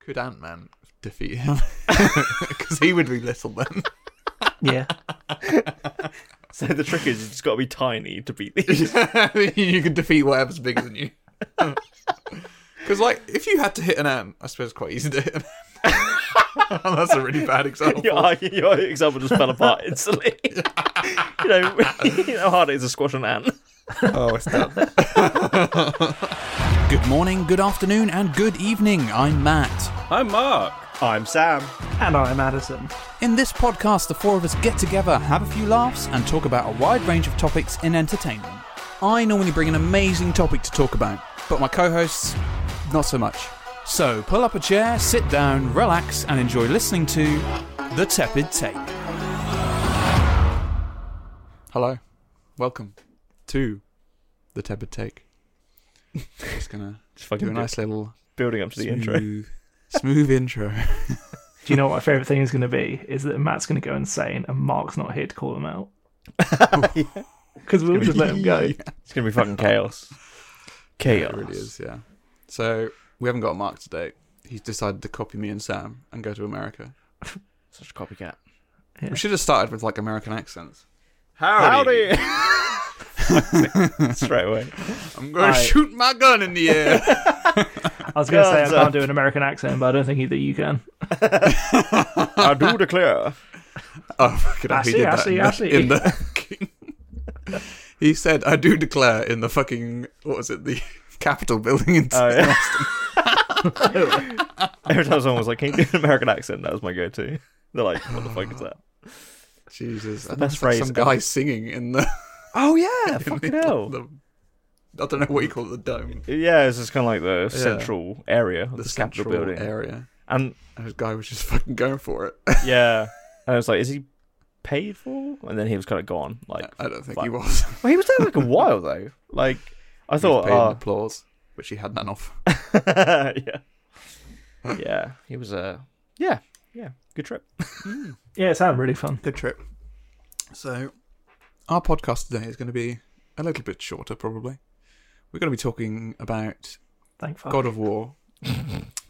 Could Ant Man defeat him? Because he would be little then. Yeah. So the trick is, it's got to be tiny to beat these. you could defeat whatever's bigger than you. Because, like, if you had to hit an ant, I suppose it's quite easy to hit an ant. That's a really bad example. your, your example just fell apart instantly. you know, you know how hard it is to squash an ant. Oh, it's done. good morning, good afternoon, and good evening. I'm Matt. I'm Mark. I'm Sam. And I'm Addison. In this podcast, the four of us get together, have a few laughs, and talk about a wide range of topics in entertainment. I normally bring an amazing topic to talk about, but my co hosts, not so much. So pull up a chair, sit down, relax, and enjoy listening to The Tepid Take. Hello. Welcome to The Tepid Take. Just gonna Just fucking do a nice little building up to the intro. smooth, smooth intro. Do you know what my favourite thing is going to be? Is that Matt's going to go insane and Mark's not here to call him out. Because we'll just let him go. It's gonna be fucking chaos. Chaos. It really is, yeah. So we haven't got Mark today. He's decided to copy me and Sam and go to America. Such a copycat. We should have started with like American accents. Howdy. Straight away. I'm going to shoot my gun in the air. I was going to say I God's can't up. do an American accent, but I don't think either you can. I do declare. oh, fucking hell, I he see, did I that see, in I the- see. in the. he said, "I do declare" in the fucking what was it? The Capitol building in. Oh, yeah. Every time someone was like, "Can you do an American accent?" That was my go-to. They're like, "What the fuck is that?" Jesus, the best phrase Some ever. guy singing in the. Oh yeah, in fucking the- hell. the- I don't know what you call it, the dome, Yeah, it's just kind of like the central area, of the, the, central Capitol building, area. and And this guy was just fucking going for it. yeah, and I was like, "Is he paid for?" And then he was kind of gone. Like, I don't think Fuck. he was. well, he was there like a while though. Like, He I was thought, paid in uh, applause, which he had none of. yeah, yeah, he was uh, yeah, yeah, good trip. Yeah, it sounded really fun. Good trip. So, our podcast today is going to be a little bit shorter, probably. We're going to be talking about Thank fuck. God of War,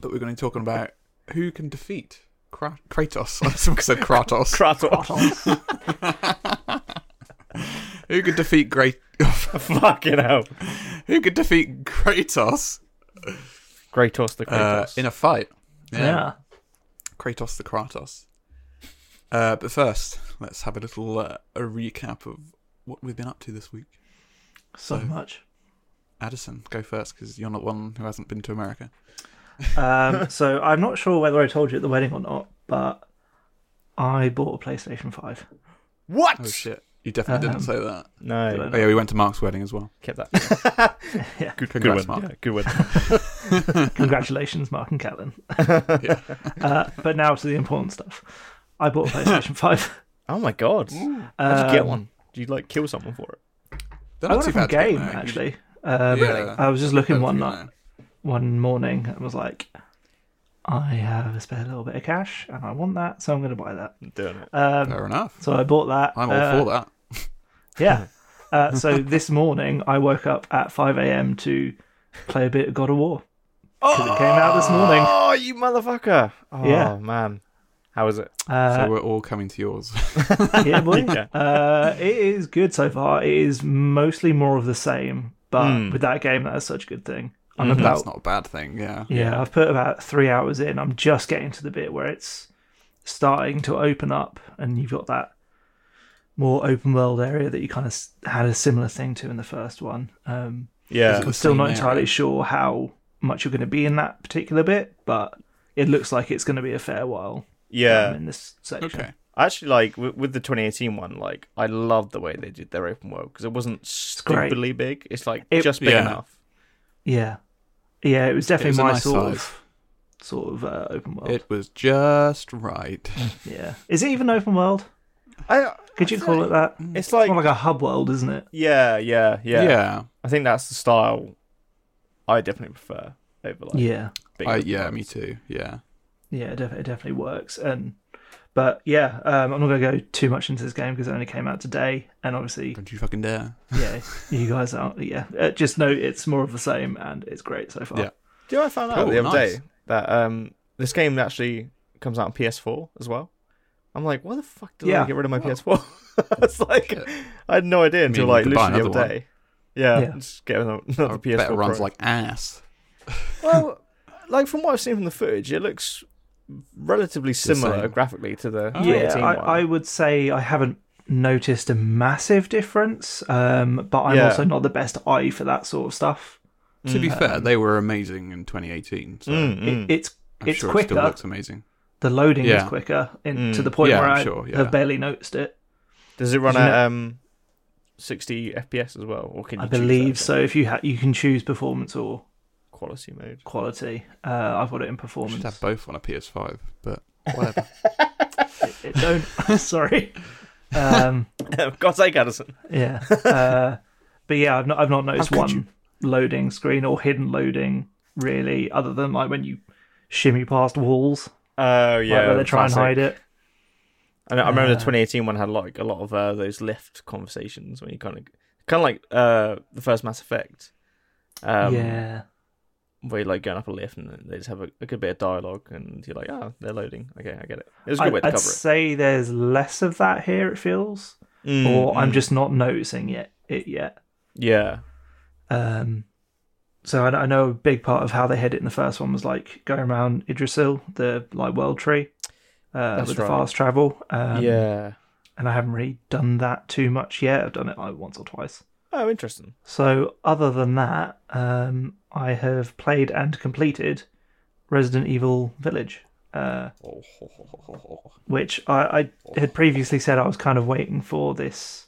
but we're going to be talking about who can defeat Kra- Kratos. I almost said Kratos. Kratos, Bottles. who could defeat Great? fucking hell, who could defeat Kratos Kratos the uh, Kratos. in a fight? yeah. Kratos the Kratos. Uh, but first, let's have a little uh, a recap of what we've been up to this week. So much. Addison, go first because you're not one who hasn't been to America. Um, so I'm not sure whether I told you at the wedding or not, but I bought a PlayStation 5. what? Oh shit! You definitely didn't Uh-huh. say that. No, Oh yeah, we went to Mark's wedding as well. kept that. Yeah. Good, good Congrats, win. Mark. Yeah, good win. Congratulations, Mark and Catelyn. uh, but now to the important stuff. I bought a PlayStation 5. Oh my god. How'd you get one? Did you like kill someone for it? They're I not got too it from bad to get Game, now. You- actually. Um, Yeah. I was just looking Don't one think night, now. one morning and was like, I have a spare little bit of cash and I want that, so I'm going to buy that. Doing it. Um, Fair enough. so I bought that. uh, I'm all for that. Yeah. Uh, so this morning I woke up at 5 a.m. to play a bit of God of War. Oh! 'Cause it came out this morning. Oh, you motherfucker! Oh Yeah. man, how is it? Ah! So Uh, mm-hmm. we're all coming to yours. yeah, boy. Yeah. Uh, it is good so far. It is mostly more of the same, but with that game, that is such a good thing. I'm Hmm. Mm-hmm. That's about not a bad thing. Yeah. yeah, I've put about three hours in. I'm just getting to the bit where it's starting to open up, and you've got that more open world area that you kind of had a similar thing to in the first one. Um, Yeah, I'm still same not area. entirely sure how much you're going to be in that particular bit, but it looks like it's going to be a fair while um, yeah. in this section. Okay. I actually like with, with the 2018 one. Like, I love the way they did their open world because it wasn't great. stupidly big. It's like It- just big Yeah. enough. Yeah, yeah, it was It definitely was a my nice sort size. of sort of uh, open world. It was just right. yeah, is it even open world? I, Could you call it that? It's it's like, more like a hub world, isn't it? yeah, yeah, yeah, yeah. I think that's the style. I definitely prefer over like Yeah, big I, open yeah. worlds. Me too. Yeah. yeah, it, def- it definitely works. And but yeah, um, I'm not going to go too much into this game because it only came out today, and obviously, Don't you fucking dare. yeah, you guys are yeah. Uh, just know it's more of the same, and it's great so far. Yeah. Do you know what I found out Cool, the other nice. day that um this game actually comes out on PS4 as well. I'm like, why the fuck did Yeah. I get rid of my PS4? it's like I had no idea until mean, you like could buy literally the another other day. Yeah, Yeah. just get another, another I PS4. bet it runs Pro. like ass. well, like from what I've seen from the footage, it looks relatively similar same. graphically to the Oh, yeah, 2018 I, one. I would say I haven't noticed a massive difference, um, but I'm Yeah. also not the best eye for that sort of stuff. To Mm. be fair, they were amazing in 2018. So Mm, It- mm. it's I'm it's sure it quicker. still looks amazing. the loading is Yeah. quicker in, Mm. to the point Yeah, where I'm I sure, yeah. have barely noticed it. Does it run Isn't at it- um, 60 FPS as well, or can you I choose that believe as so. If you ha- you can choose performance or a quality mode? quality. Uh, I've got it in I should performance. have both on a PS5, but whatever. It don't. sorry. Um, God's sake, Addison. yeah. Uh, but yeah, I've not I've not noticed could one you? loading screen or hidden loading really, other than like when you shimmy past walls, Oh yeah, yeah, like where they try and hide it. I, know, I remember the Uh. 2018 one had like a lot of uh, those lift conversations when you kind of, kind of like uh, the first Mass Effect, um, yeah. where you're like going up a lift and they just have a, a good bit of dialogue and you're like, oh, they're loading. Okay, I get it. It was a I, good way to would cover it. say there's less of that here. It feels, Mm, or I'm mm. just not noticing it it yet. yeah, Um, so I, I know a big part of how they had it in the first one was like going around Idrisil, the like world tree, uh, That's with the right. fast travel. Um, yeah. and I haven't really done that too much yet. I've done it like once or twice. Oh, interesting. So other than that, um, I have played and completed Resident Evil Village, uh, which I, I had previously said I was kind of waiting for this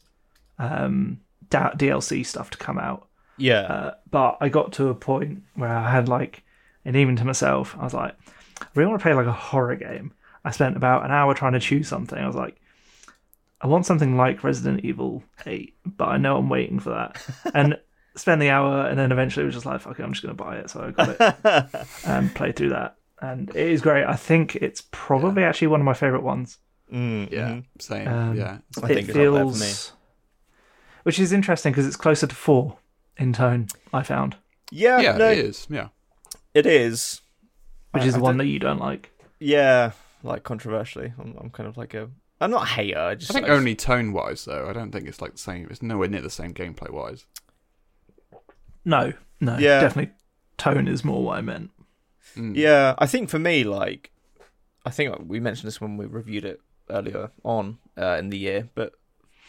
um, da- DLC stuff to come out. Yeah, Uh, but I got to a point where I had like, and even to myself, I was like, I really want to play like a horror game. I spent about an hour trying to choose something. I was like, I want something like Resident Evil 8, but I know I'm waiting for that. and spend the hour, and then eventually it was just like, fuck it, I'm just going to buy it. So I got it and played through that. And it is great. I think it's probably actually one of my favorite ones. Mm, Yeah, mhm. same. Um, yeah, it's I like, it think it's up there for feels, which is interesting because it's closer to four in tone, I found, yeah, yeah, no, it is. Yeah, It is. which I- is I the one don't- that you don't like. Yeah, like controversially, I'm, I'm kind of like a. I'm not a hater. I just I think like- only tone-wise though. I don't think it's like the same. It's nowhere near the same gameplay-wise. No, no, Yeah. definitely. Tone is more what I meant. Mm. Yeah, I think for me, like, I think we mentioned this when we reviewed it earlier on uh, in the year, but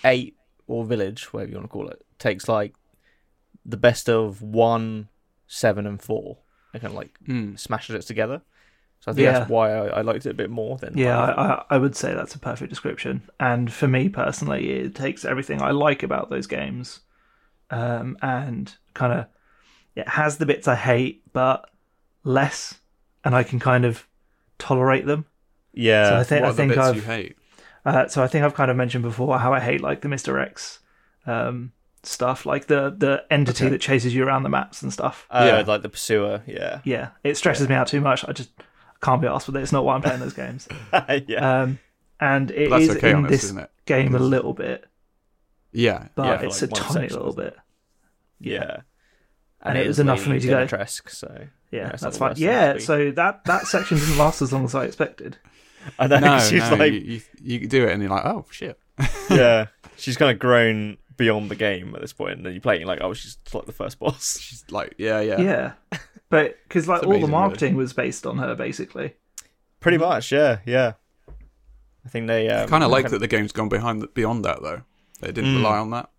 eight or village, whatever you want to call it, takes like the best of one, seven, and four, and kind of like Mm. smashes it together. So I think Yeah. that's why I, I liked it a bit more than Yeah, like, I, I, I would say that's a perfect description. And for me personally, it takes everything I like about those games, um, and kind of it has the bits I hate, but less, and I can kind of tolerate them. yeah. So I think what I are the think bits I've you hate? Uh, so I think I've kind of mentioned before how I hate like the Mister X um, stuff, like the the entity Okay. that chases you around the maps and stuff. Uh, Yeah. like the pursuer. Yeah, Yeah, it stresses me out too much. I just can't be asked with it. It's not why I'm playing those games. yeah. Um, and it But that's is okay in on this, this isn't it? game a Because- little bit, Yeah, but Yeah, for it's like a one tiny section, little isn't bit. yeah, And it was enough for me to go- Tresk, so Yeah, it's not that's the fine. worst thing to Yeah, be. so that that section didn't last as long as I expected. I know no, she's no, like, you, you, you do it and you're like, oh shit. yeah, she's kind of grown beyond the game at this point. And then you play, it, you're like, oh, she's like the first boss. She's like, yeah, yeah, Yeah, but because like It's all the amazing, really. marketing was based on her basically. Pretty Mm-hmm. much, yeah, yeah. I think they um, Kind of like that the game's gone behind the, beyond that though. They didn't Mm. rely on that.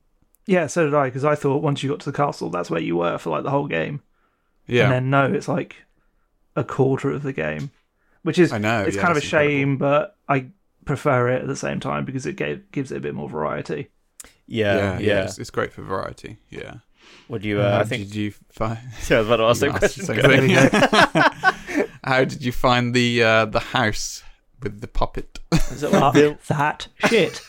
Yeah, so did I because I thought once you got to the castle, that's where you were for like the whole game. Yeah, And then no, it's like a quarter of the game, which is I know, It's yeah, kind of a that's incredible. shame, but I prefer it at the same time because it gave, gives it a bit more variety. yeah, yeah. It's, it's great for variety. Yeah, Would you? Uh, I think. did you find? Yeah, I was about to ask You that asked question. the Go. same thing. How did you find the uh, the house with the puppet? Is that what you that shit. do?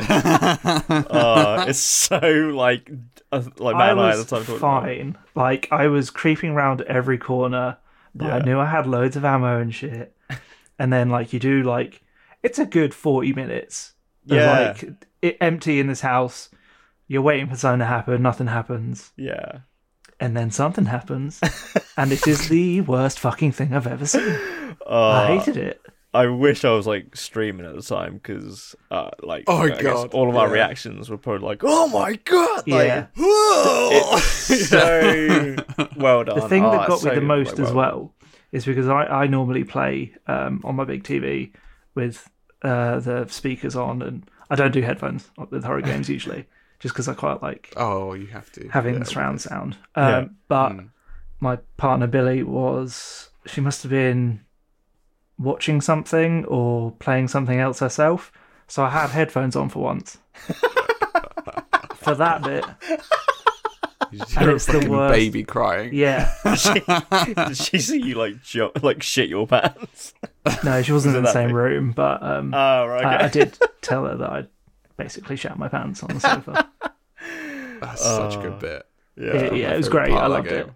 oh, it's so like, uh, like I man, I at the was time talking. about it. fine. Like I was creeping round every corner, but I Yeah. knew I had loads of ammo and shit. And then like you do like it's a good forty minutes. of, Yeah. Like it, empty in this house. You're waiting for something to happen. Nothing happens. Yeah, and then something happens, and it is the worst fucking thing I've ever seen. Uh, I hated it. I wish I was like streaming at the time because, uh, like, Oh, I guess God. all of our Yeah. reactions were probably like, "Oh my god!" Yeah. Like, "Whoa!" so well done. The thing Oh, it's that got me so, the most like, as well is because I, I normally play um, on my big TV with uh, the speakers on, and I don't do headphones with horror games usually, just because I quite like Oh, you have to having yeah. the surround sound. Um, Yeah. But Mm. my partner Billy was she must have been watching something or playing something else herself. So I had headphones on for once. for that bit. You just hear a it's the fucking worst. baby crying. Yeah. Did she see you like jump, like shit your pants? No, she wasn't in the that same big? room, but um Oh, right. I, okay. I did tell her that I'd basically shat my pants on the sofa. That's such a Oh. good bit. yeah. it, yeah, it was great. I loved it.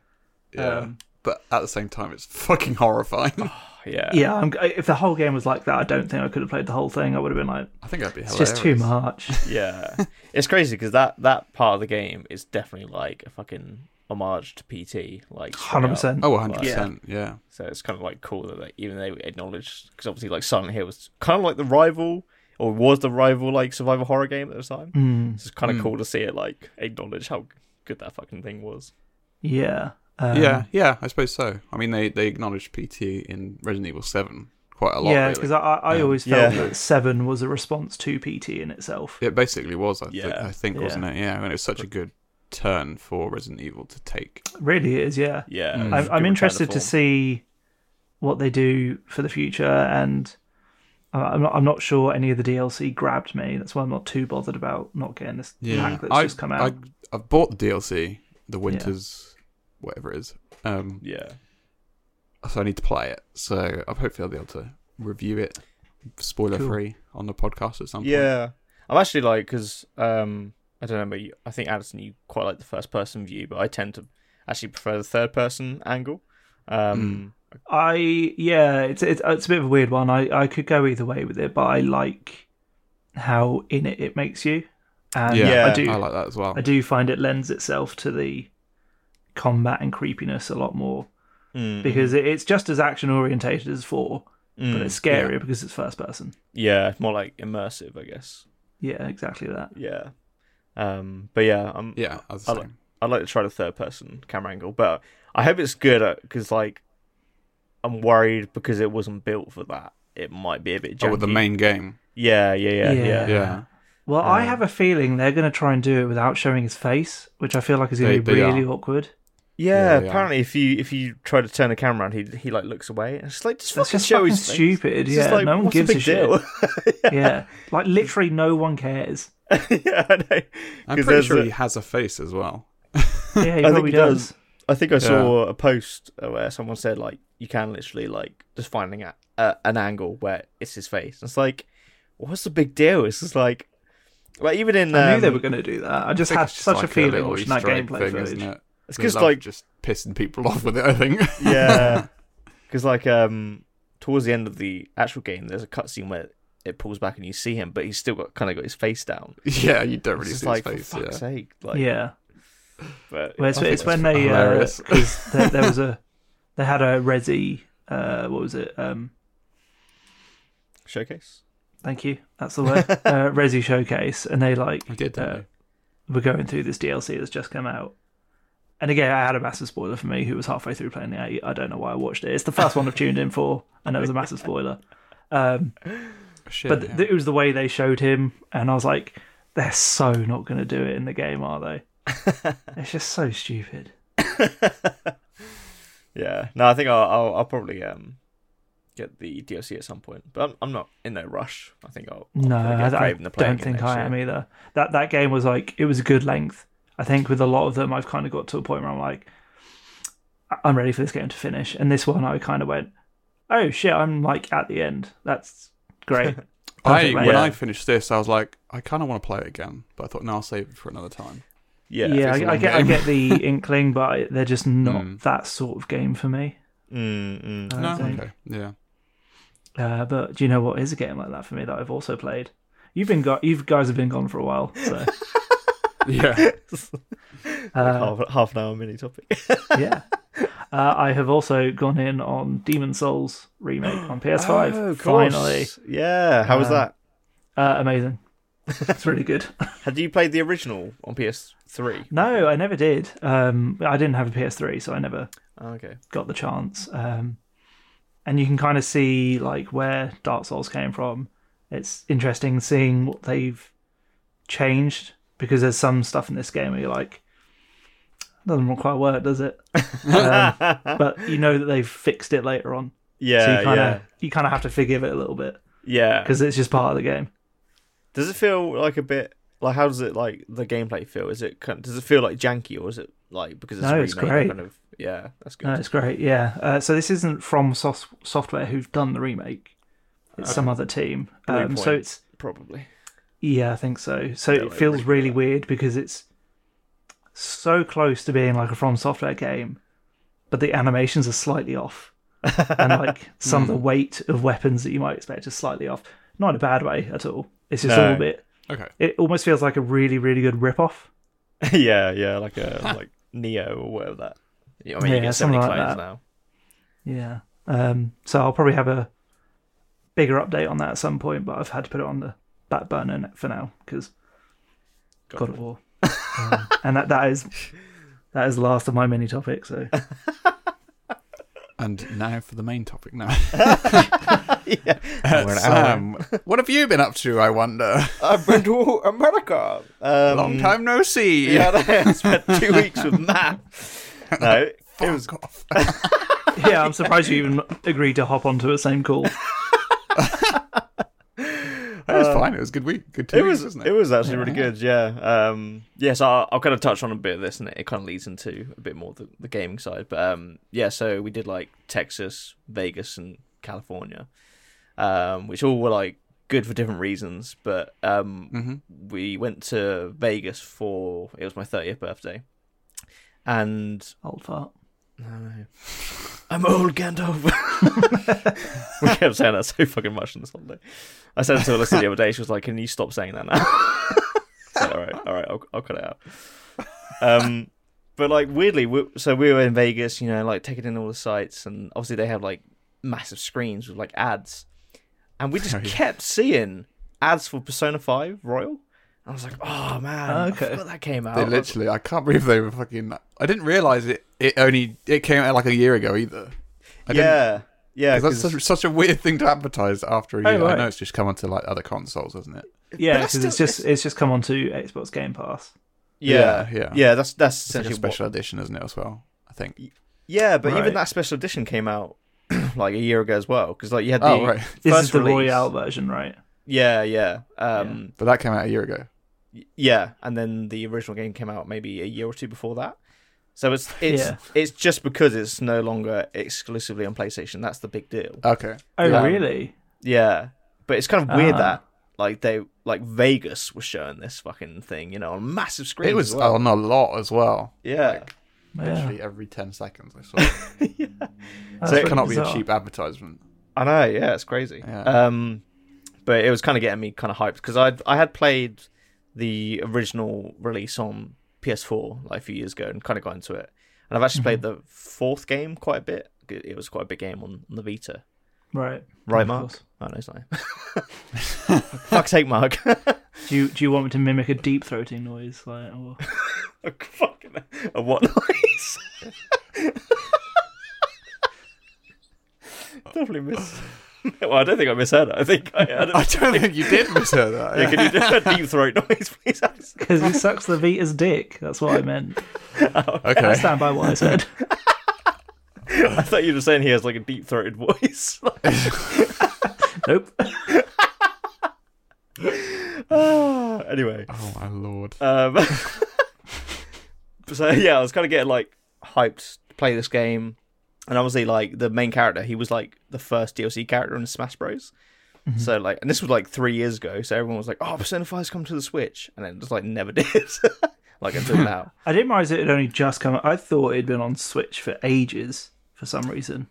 Yeah. but at the same time, it's fucking horrifying. yeah, Yeah, I'm, if the whole game was like that, I don't think I could have played the whole thing. I would have been like, I think that'd be it's hilarious. just too much. yeah. It's crazy because that that part of the game is definitely like a fucking homage to PT, like straight Hundred up. percent. Oh, 100%. Yeah. So it's kind of like cool that like, even they acknowledged because obviously like Silent Hill was kind of like the rival or was the rival like survival horror game at the time. Mm. So it's kind of cool to see it like acknowledge how good that fucking thing was. Yeah. Um, yeah, yeah, I suppose so. I mean, they, they acknowledged PT in Resident Evil 7 quite a lot. yeah, really. because I, I always felt Yeah. that Seven was a response to PT in itself. It basically was, I, thi- Yeah. I think, Yeah. wasn't it? Yeah, and it was such a good turn for Resident Evil to take. Really, it is. Yeah, Yeah, Mm. it was a I'm, good return I'm interested form. to see what they do for the future, and uh, I'm not, I'm not sure any of the DLC grabbed me. That's why I'm not too bothered about not getting this pack that's I, just come out. I, I've bought the DLC, the Winters, whatever it is. Um, Yeah, so I need to play it. So I hopefully I'll be able to review it, spoiler free, on the podcast at some point. yeah. I'm actually like because um I don't know, but you, I think Addison you quite like the first person view, but I tend to actually prefer the third person angle. Um, I yeah, it's it's it's a bit of a weird one. I I could go either way with it, but I like how in it it makes you, and yeah, Yeah. I do I like that as well. I do find it lends itself to the combat and creepiness a lot more Mm-hmm. mm, because it, it's just as action orientated as four, mm. but it's scarier because it's first person. yeah, more like immersive, I guess. Yeah, exactly that. Yeah. Um, but yeah, I'm Yeah, I was I the like- same. I'd like to try the third person camera angle, but I hope it's good because like I'm worried because it wasn't built for that. It might be a bit janky. Oh, with the main game. yeah, yeah, yeah, yeah, Yeah. yeah, Yeah. Well, I have a feeling they're going to try and do it without showing his face, which I feel like is going They- to be they really are. awkward. Yeah, they are. apparently, if you if you try to turn the camera around, he he like looks away and it's like just That's fucking just show fucking his face. stupid. It's Yeah, just like, no one what's the gives a big shit. deal? yeah, like literally no one cares. yeah, I know. I'm 'Cause pretty there's sure a- he has a face as well. I Yeah, he think probably he does. does. I think I saw a post uh, where someone said like you can literally like just finding a, a, an angle where it's his face. And it's like, what's the big deal? It's just like, like even in um, I knew they were going to do that. I just I think had it's just such like a feeling little watching that Easter egg gameplay thing, footage. isn't it? It's They just love like- just pissing people off with it. I think. yeah, because like um towards the end of the actual game, there's a cutscene where it pulls back and you see him, but he's still got kind of got his face down. yeah, you don't It's really just see like his for face. fuck's Yeah. sake, like yeah, But, well, it's, think it's that's when they hilarious. because there, there was a they had a Resi uh, what was it? Um, showcase. thank you. That's the word. uh, Resi showcase, and they like I did. uh, Didn't were going through this DLC that's just come out. And again, I had a massive spoiler for me who was halfway through playing the eight. I don't know why I watched it. It's the first one I've tuned in for, and it was a massive spoiler. Um, I? Oh, Shit, but yeah. th- it was the way they showed him, and I was like, they're so not going to do it in the game, are they? it's just so stupid. Yeah, no, I think I'll I'll, I'll probably um get the DLC at some point, but I'm, I'm not in no rush. I think I'll, I'll No, probably get I, I Craven to play don't again think next I am year. either. That that game was like it was a good length. I think with a lot of them, I've kind of got to a point where I'm like, I- I'm ready for this game to finish. And this one, I kind of went, oh shit, I'm like at the end. That's great. I, perfect, when right? I finished this, I was like, I kind of want to play it again, but I thought, no, I'll save it for another time. Yeah, yeah, it's a I, I long get I game. get the inkling, but I- they're just not Mm. that sort of game for me. Mm, mm. I No, don't think. okay, yeah. Uh, but do you know what is a game like that for me that I've also played? You've been got you guys have been gone for a while, so yeah. Uh, half, half an hour mini topic. yeah. Uh, I have also gone in on Demon Souls remake on PS5. Oh, of course. finally, Yeah. How was Um, that? uh, amazing. It's really good. Had you played the original on PS3? No, I never did. Um, I didn't have a PS3, so I never Oh, okay. got the chance. Um, and you can kind of see like where Dark Souls came from. It's interesting seeing what they've changed because there's some stuff in this game where you're like, doesn't quite work, does it? um, but you know that they've fixed it later on, Yeah. so you kind yeah. of you kind of have to forgive it a little bit Yeah. because it's just part of the game. Does it feel like a bit like how does it like the gameplay feel? Is it kind does it feel like janky or is it like because it's No, remade, it's great. kind of yeah that's good. No, it's great. Yeah. Uh, so this isn't from Sos- software who've done the remake. It's some other team. Blue Um, so Point. it's Probably. Yeah, I think so. So Yeah, it like really feels really bad. weird because it's so close to being like a From Software game, but the animations are slightly off, and like some of Mm. the weight of weapons that you might expect is slightly off. Not in a bad way at all. It's just No. a little bit. Okay. It almost feels like a really, really good rip-off. yeah, yeah, like a like Neo or whatever that. Yeah, I mean, you Yeah, get so many something claims like that. now. Yeah. Um. So I'll probably have a bigger update on that at some point, but I've had to put it on the back burner for now because God God of War, um, and that that is that is the last of my mini topic. So. And now for the main topic now. yeah. Uh, Sam, what have you been up to, I wonder? I've been to America. Um, Long time no see. Yeah, I spent two weeks with Matt. No, it was Fuck off. yeah, I'm surprised you even agreed to hop onto the same call. It was fine. It was a good week. Good two Um, it weeks, was wasn't it was actually really good. Yeah. Um. Yeah. So I'll, I'll kind of touch on a bit of this, and it, kind of leads into a bit more the, the gaming side. But um. Yeah. So we did like Texas, Vegas, and California, um, which all were like good for different reasons. But um, Mhm. we went to Vegas for it was my thirtieth birthday, and Old fart. I'm old Gandalf. we kept saying that so fucking much on this holiday. I said to Alyssa the other day, she was like, "Can you stop saying that now?" I said, all right, all right, I'll, I'll cut it out. Um, but like weirdly, we, so we were in Vegas, you know, like taking in all the sites, and obviously they have like massive screens with like ads, and we just Oh, yeah. kept seeing ads for Persona Five Royal. I was like, "Oh man, Okay. I forgot that came out." They literally, I can't believe they were fucking. I didn't realize it. It only it came out like a year ago either. I didn't- yeah, Oh, yeah, 'cause that's 'cause- such, such a weird thing to advertise after a year. I right. know it's just come onto like other consoles, isn't it? Yeah, that's because it's still- just it's just come onto Xbox Game Pass. yeah, yeah, yeah. yeah, That's that's It's like essentially a what- special edition, isn't it? As well, I think. Yeah, but Right. even that special edition came out like a year ago as well because like you had the Oh right, This first is the release. Royale version, right? Yeah, yeah, um, but that came out a year ago. yeah. and then the original game came out maybe a year or two before that. So it's it's Yeah. it's just because it's no longer exclusively on PlayStation. That's the big deal. Okay. Oh, Yeah. really? Yeah, but it's kind of weird Ah. that like they like Vegas was showing this fucking thing, you know, on massive screens. It was as well. on a lot as well. yeah, Yeah. Literally every ten seconds, I saw. it. That's so it really cannot be a bizarre. cheap advertisement. I know, yeah, it's crazy. Yeah. Um, but it was kind of getting me kind of hyped because I I had played the original release on PS4 like a few years ago and kind of got into it, and I've actually played the fourth game quite a bit. It it was quite a big game on, on the Vita, Right. right, Of Mark? course. Oh no, it's not. Fuck's sake, Mark! Do you do you want me to mimic a deep throating noise? Like, or... Fucking a what noise? Definitely miss. Well, I don't think I misheard it. I think I heard it. I don't think you did miss her that. Yeah, can you do a deep throat noise, please? Alex? Because he sucks the Vita's dick. That's what I meant. I Okay. stand by what I said. I thought you were saying he has like a deep throated voice. nope. Ah, anyway, Oh my lord. um, so yeah, I was kind of getting like hyped to play this game, and obviously like the main character, he was like the first DLC character in Smash Bros. So like, and this was like three years ago, so everyone was like, "Oh, Persona 5's come to the Switch," and then it just like never did, like until now. I didn't realize it had only just come. I thought it'd been on Switch for ages for some reason.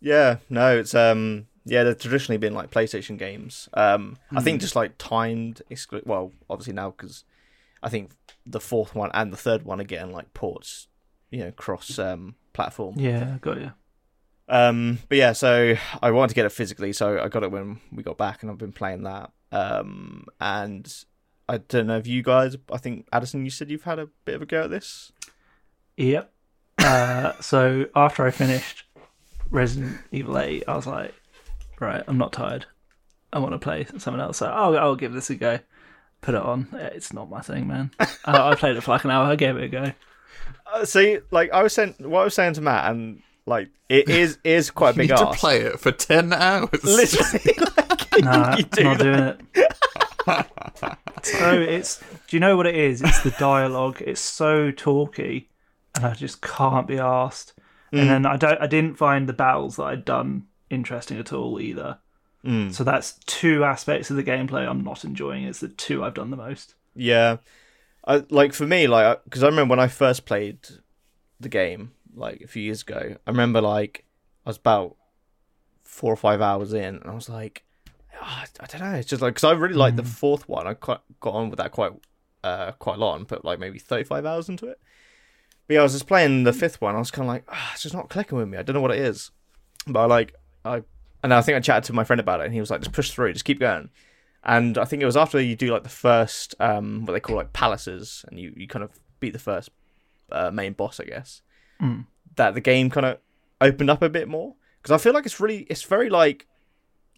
Yeah, no, it's um yeah, they've traditionally been like PlayStation games. Um I think just like timed exclu- well, obviously now cuz I think the fourth one and the third one again like ports, you know, cross um, platform. Yeah, got you. Um, but yeah, so I wanted to get it physically, so I got it when we got back, and I've been playing that. Um, and I don't know if you guys, I think Addison, you said you've had a bit of a go at this. Yep. Uh, so after I finished Resident Evil 8, I was like, right, I'm not tired. I want to play something else. So I'll, I'll give this a go. Put it on. It's not my thing, man. Uh, I, I played it for like an hour. I gave it a go. Uh, see, like I was saying, what I was saying to Matt, and like it is is quite a You big need to ask. play it for 10 hours. Literally, like, Nah, you do not that. doing it. so it's. Do you know what it is? It's the dialogue. It's so talky, and I just can't be asked. Mm. And then I don't. I didn't find the battles that I'd done interesting at all either. Mm. So that's two aspects of the gameplay I'm not enjoying. It's the two I've done the most. Yeah, I, like for me, like because I remember when I first played the game like a few years ago. I remember like I was about four or five hours in, and I was like, "Ah, I don't know. It's just like because I really liked the fourth one. I quite got on with that quite uh quite a lot and put like maybe thirty five hours into it. But yeah, I was just playing the fifth one. I was kind of like, ah, it's just not clicking with me. I don't know what it is. But I like I and I think I chatted to my friend about it, and he was like, just push through, just keep going. And I think it was after you do like the first um what they call like palaces, and you you kind of beat the first uh, main boss, I guess. Hmm. That the game kind of opened up a bit more because I feel like it's really it's very like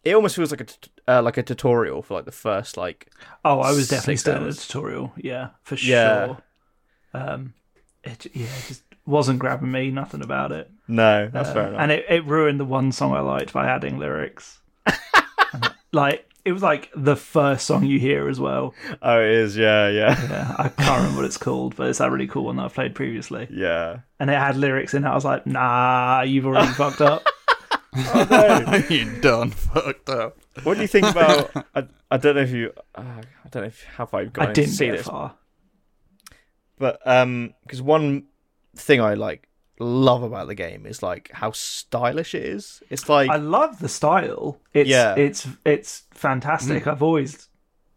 it almost feels like a t- uh, like a tutorial for like the first like Oh, I was definitely Six still in the hours. tutorial. Yeah, for Yeah. sure. Um, it j- yeah, it just wasn't grabbing me. Nothing about it. no that's Um, fair enough And it, it ruined the one song I liked by adding lyrics. And, like it was like the first song you hear as well. oh it is yeah yeah Yeah, I can't remember what it's called, but it's that really cool one that I've played previously. yeah And it had lyrics in it. I was like, nah, you've already fucked up. you done fucked up. what do you think about I, I don't know if you uh, I don't know if how far you've gone I in didn't to see see it this far. but um because one thing I like love about the game is like how stylish it is it's like I love the style. It's Yeah. Mm. it's it's fantastic. I've always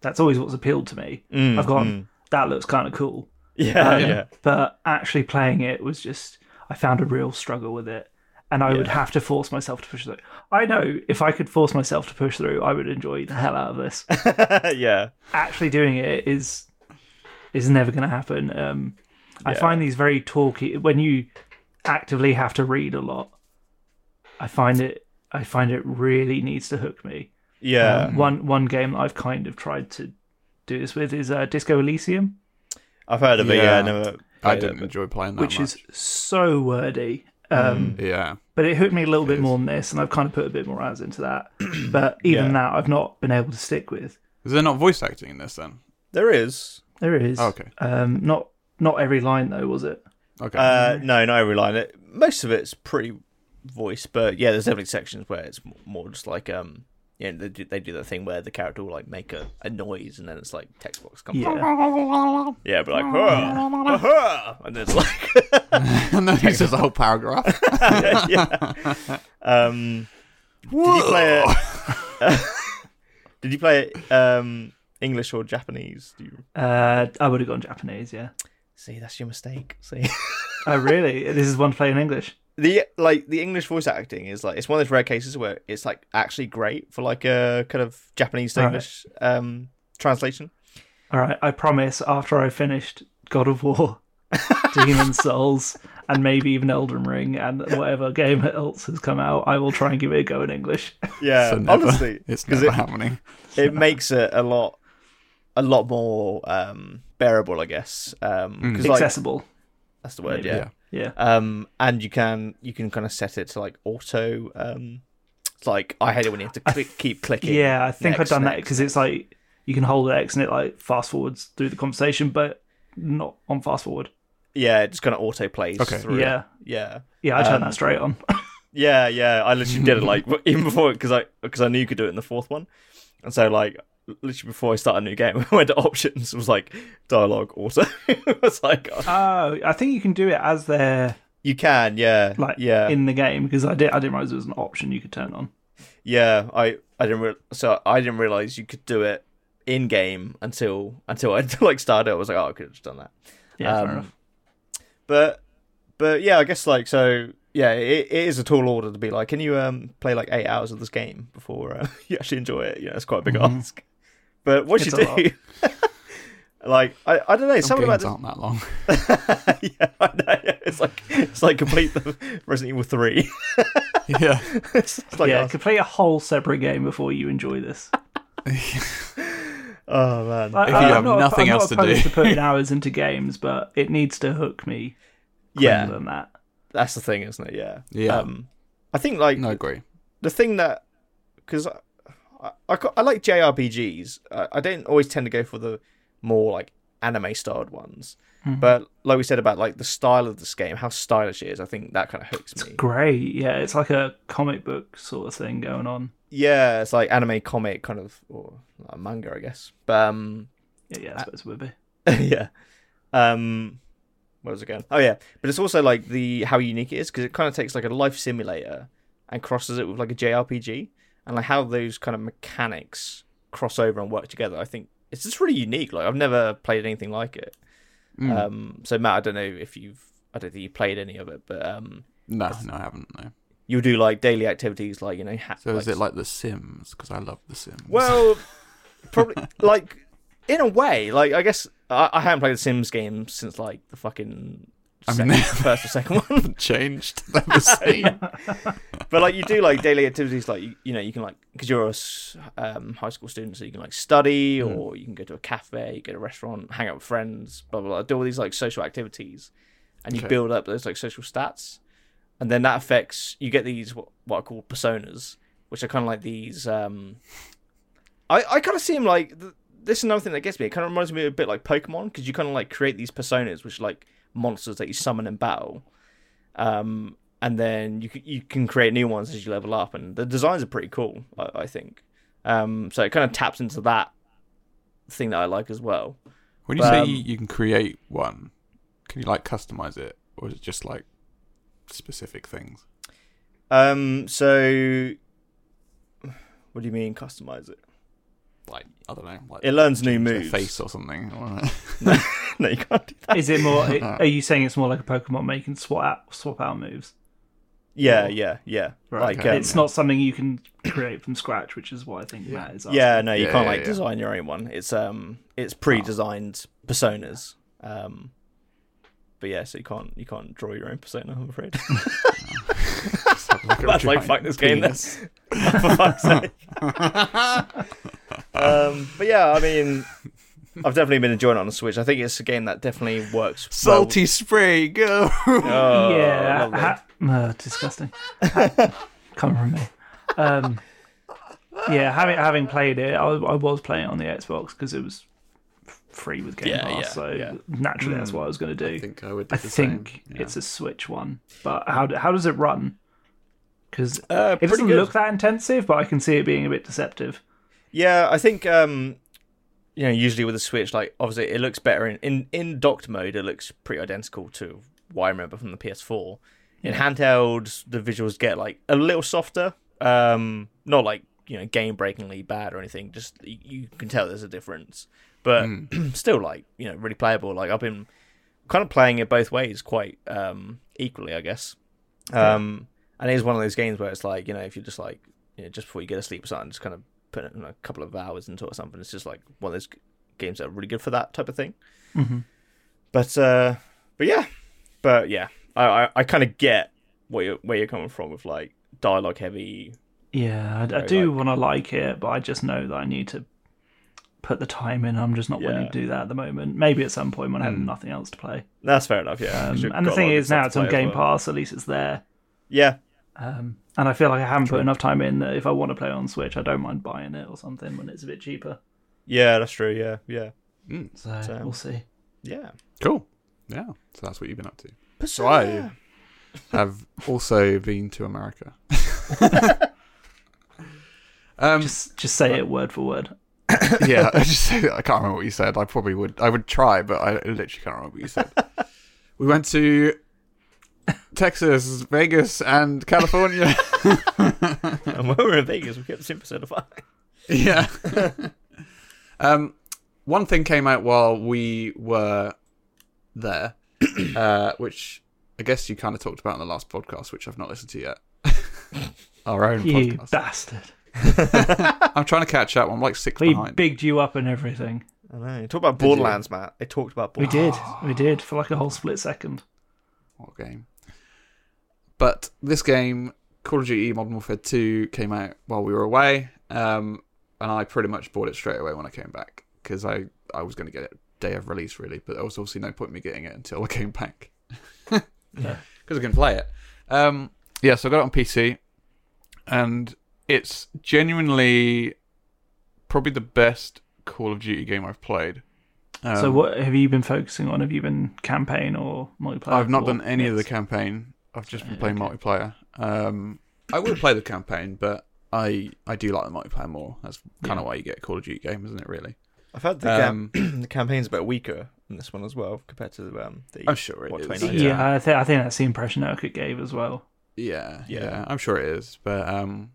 that's always what's appealed to me. I've gone mm. that looks kind of cool. yeah Um, Oh, yeah But actually playing it was just I found a real struggle with it. And I would have to force myself to push through. I know if I could force myself to push through, I would enjoy the hell out of this. yeah actually doing it is is never going to happen. Um, I find these very talky when you actively have to read a lot. I find it I find it really needs to hook me. yeah One one game that I've kind of tried to do this with is uh, Disco Elysium, I've heard of it yeah, Yeah. I never I played it, didn't but- enjoy playing that which much. is so wordy. Um, Yeah. but it hooked me a little bit more than this, and I've kind of put a bit more hours into that. But even Yeah. that, I've not been able to stick with. Is there not voice acting in this then? there is There is Okay. um, not not every line though, was it? Okay. Uh, no, not every line. It, most of it's pretty voice, but yeah, there's definitely sections where it's m- more just like um, you know, they do, they do that thing where the character will like make a, a noise and then it's like text box comes up. Yeah, Yeah, but like, "Huh, huh," and then it's like, and then it's just a whole paragraph. yeah. Um, did you play it? did you play it um English or Japanese? Do you uh, I would have gone Japanese. Yeah. see? That's your mistake. See. Oh, really? This is one play in English. the like the English voice acting is like it's one of those rare cases where it's like actually great for like a kind of Japanese to Right. English um translation. All right, I promise. After I finished God of War, Demon Souls, and maybe even Elden Ring and whatever game else has come out, I will try and give it a go in English. Yeah, So never- honestly, it's because never it, happening. it makes it a lot a lot more um bearable, I guess. Um, 'cause, like, Accessible. that's the word. maybe. Yeah. Yeah. Um, and you can you can kind of set it to like auto. Um, it's like I hate it when you have to click, keep clicking. Yeah, I think next, I've done that next, because it's like you can hold X and it like fast forwards through the conversation, but not on fast forward. yeah, it just kind of auto plays. Okay. Through it. Yeah. Yeah. Yeah, I turned Um, that straight on. Yeah, yeah. I literally did it like even before because I because I knew you could do it in the fourth one, and so like literally before I start a new game, I went to options. It was like dialogue auto. it was like oh, oh, I think you can do it as they're you can, yeah, like yeah, in the game because I did I didn't realize there was an option you could turn on. yeah. I I didn't re- so I didn't realize you could do it in game until until I like started. I was like, oh, I could have just done that. Yeah, Um, fair enough. But but yeah, I guess like so. Yeah, it, it is a tall order to be like, can you um play like eight hours of this game before uh, you actually enjoy it? Yeah, that's quite a big Mhm. ask. But once Mm-hmm. It's you a lot. do, like I, I don't know, Some something about games this aren't that long. yeah, I know. It's like it's like complete the Resident Evil Three. yeah. it's it's like yeah, complete a whole separate game before you enjoy this. oh man, I, If you I'm have not, nothing I'm not else to opposed do. to putting hours into games, but it needs to hook me. quicker yeah, than that. that's the thing, isn't it? Yeah, Yeah. Um, I think like No, I agree. the thing that because I, I, I ca- I like JRPGs. I, I don't always tend to go for the more like anime styled ones, but like we said about like the style of this game, how stylish it is. I think that kind of hooks me. Great, yeah, it's like a comic book sort of thing going on. yeah, it's like anime comic kind of or uh, manga, I guess. But um, Yeah, yeah I suppose it would be. yeah. Um, where was it going? Oh yeah, but it's also like the how unique it is because it kind of takes like a life simulator and crosses it with like a JRPG and like how those kind of mechanics cross over and work together. I think it's just really unique. Like I've never played anything like it. Mm. Um, so Matt, I don't know if you've, I don't think you played any of it, but um, no, no, I haven't. No. you'll do like daily activities, like you know. Ha- So is it like The Sims? Because I love The Sims. Well, probably like in a way. Like I guess I, I haven't played the Sims game since like the fucking I second, mean, first or second one. changed. They're the same. but like you do like daily activities, like you, you know you can like because you're a s- um, high school student, so you can like study or you can go to a cafe, you go to a restaurant, hang out with friends, blah blah. blah do all these like social activities, and you Okay. build up those like social stats, and then that affects you get these what, what are called personas, which are kind of like these. um I, I kind of see him like th- this is another thing that gets me. It kind of reminds me a bit like Pokemon because you kind of like create these personas, which are like monsters that you summon in battle, um, and then you c- you can create new ones as you level up, and the designs are pretty cool. I, I think um, so. It kind of taps into that thing that I like as well. When you say Um, you, you can create one, can you like customize it, or is it just like specific things? Um, so what do you mean customize it? Like I don't know, like It learns new their moves. face or something. or- no, you can't do that. Is it more? are you saying it's more like a Pokemon making swap out, swap out moves? Yeah, yeah, yeah. Right, Like, um, it's not something you can create from scratch, which is what I think Matt is. Asking. Yeah, no, you Yeah, can't yeah, like yeah. Ah. design your own one. It's um, it's pre-designed personas. Um, but yeah, so you can't you can't draw your own persona. I'm afraid. Just have, a That's like, giant fuck this game then. penis. For fuck's sake. um, but yeah, I mean, I've definitely been enjoying it on the Switch. I think it's a game that definitely works. well- Salty spray, go. Oh, yeah, lovely. ha- no, disgusting. Come from me. Um, yeah, having having played it, I, I was playing it on the Xbox because it was f- free with Game Yeah, Pass, yeah, so yeah. Mm. naturally that's what I was going to do. I think I would. Do I the think same. it's a Switch one, but how do, how does it run? Because Uh, it pretty doesn't good. look that intensive, but I can see it being a bit deceptive. Yeah, I think um you know, usually with the Switch, like obviously it looks better in in, in docked mode. It looks pretty identical to what I remember from the PS4. In handheld, the visuals get like a little softer. Um, not like you know game breakingly bad or anything. Just y- you can tell there's a difference, but still like you know really playable. Like I've been kind of playing it both ways quite um equally, I guess. Um, and it is one of those games where it's like you know if you're just like you know, just before you go to sleep or something, just kind of put in a couple of hours into it or something. It's just like one of those g- games that are really good for that type of thing. Mm-hmm. But uh, but yeah, but yeah, I I, I kind of get where you're, where you're coming from with like dialogue heavy. Yeah, I, I Very do like- want to like it, but I just know that I need to put the time in. I'm just not willing Yeah. to do that at the moment. Maybe at some point when I have nothing else to play. That's fair enough. Yeah, 'cause Um, you've and the got a thing lot of is, stuff now to it's on play as Game well. Pass. At least it's there. Yeah, Um, and I feel like I haven't put enough time in that if I want to play it on Switch, I don't mind buying it or something when it's a bit cheaper. yeah, that's true. Yeah, yeah, So So- we'll see. yeah. Cool. Yeah. So that's what you've been up to. So Persona. I have also been to America. um, Just just say it word for word. yeah, I just said, I can't remember what you said. I probably would. I would try, but I literally can't remember what you said. we went to Texas, Vegas, and California. and when we were in Vegas, we kept seeing Persona Five. yeah. Um, one thing came out while we were there, uh, which I guess you kind of talked about in the last podcast, which I've not listened to yet. Our own You podcast. bastard. I'm trying to catch up. I'm like six We behind. bigged you up and everything. I know. Talk about Borderlands, Matt. They talked about We Borderlands. did. We did for like a whole split second. What game? But this game, Call of Duty Modern Warfare 2, came out while we were away, um, and I pretty much bought it straight away when I came back because I, I was going to get it day of release, really, but there was obviously no point in me getting it until I came back because I couldn't play it. Um, yeah, so I got it on PC, and it's genuinely probably the best Call of Duty game I've played. Um, so what have you been focusing on? Have you been campaign or multiplayer? I've not or done any of the mixed? campaign. I've just been Uh, playing multiplayer. Um, I would play the campaign, but I I do like the multiplayer more. That's kind of why you get a Call of Duty game, isn't it? Really? I've heard the, cam- Um, the campaign's a bit weaker in this one as well compared to the, um, the I'm sure it what, is. 2019? Yeah, I, th- I think that's the impression Eric gave as well. Yeah, yeah, Yeah. I'm sure it is, but um,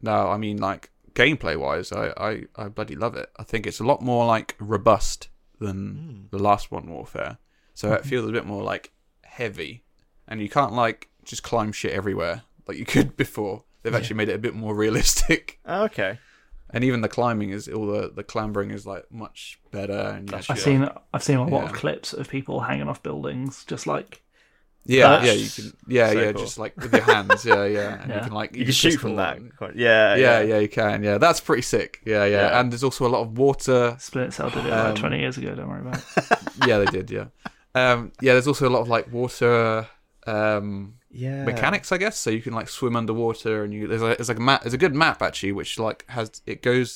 no, I mean like gameplay wise, I, I I bloody love it. I think it's a lot more like robust than the last one, Warfare. So it feels a bit more like heavy, and you can't like just climb shit everywhere like you could before. They've actually made it a bit more realistic. Oh, okay. and even the climbing is all the the clambering is like much better and That's I've Yeah. seen I've seen a lot of Yeah. clips of people hanging off buildings, just like yeah yeah That's you can yeah so yeah cool. just like with your hands yeah yeah and Yeah. you can like You, can shoot from pistol that. and- quite- Yeah, yeah yeah. yeah you can yeah that's pretty sick yeah yeah, Yeah. and there's also a lot of water Splinter Cell did it like Um, 20 years ago. Don't worry about it. yeah they did yeah um yeah there's also a lot of like water um Yeah. mechanics, I guess. So you can like swim underwater, and you there's a there's like a map. There's a good map actually, which like has it goes.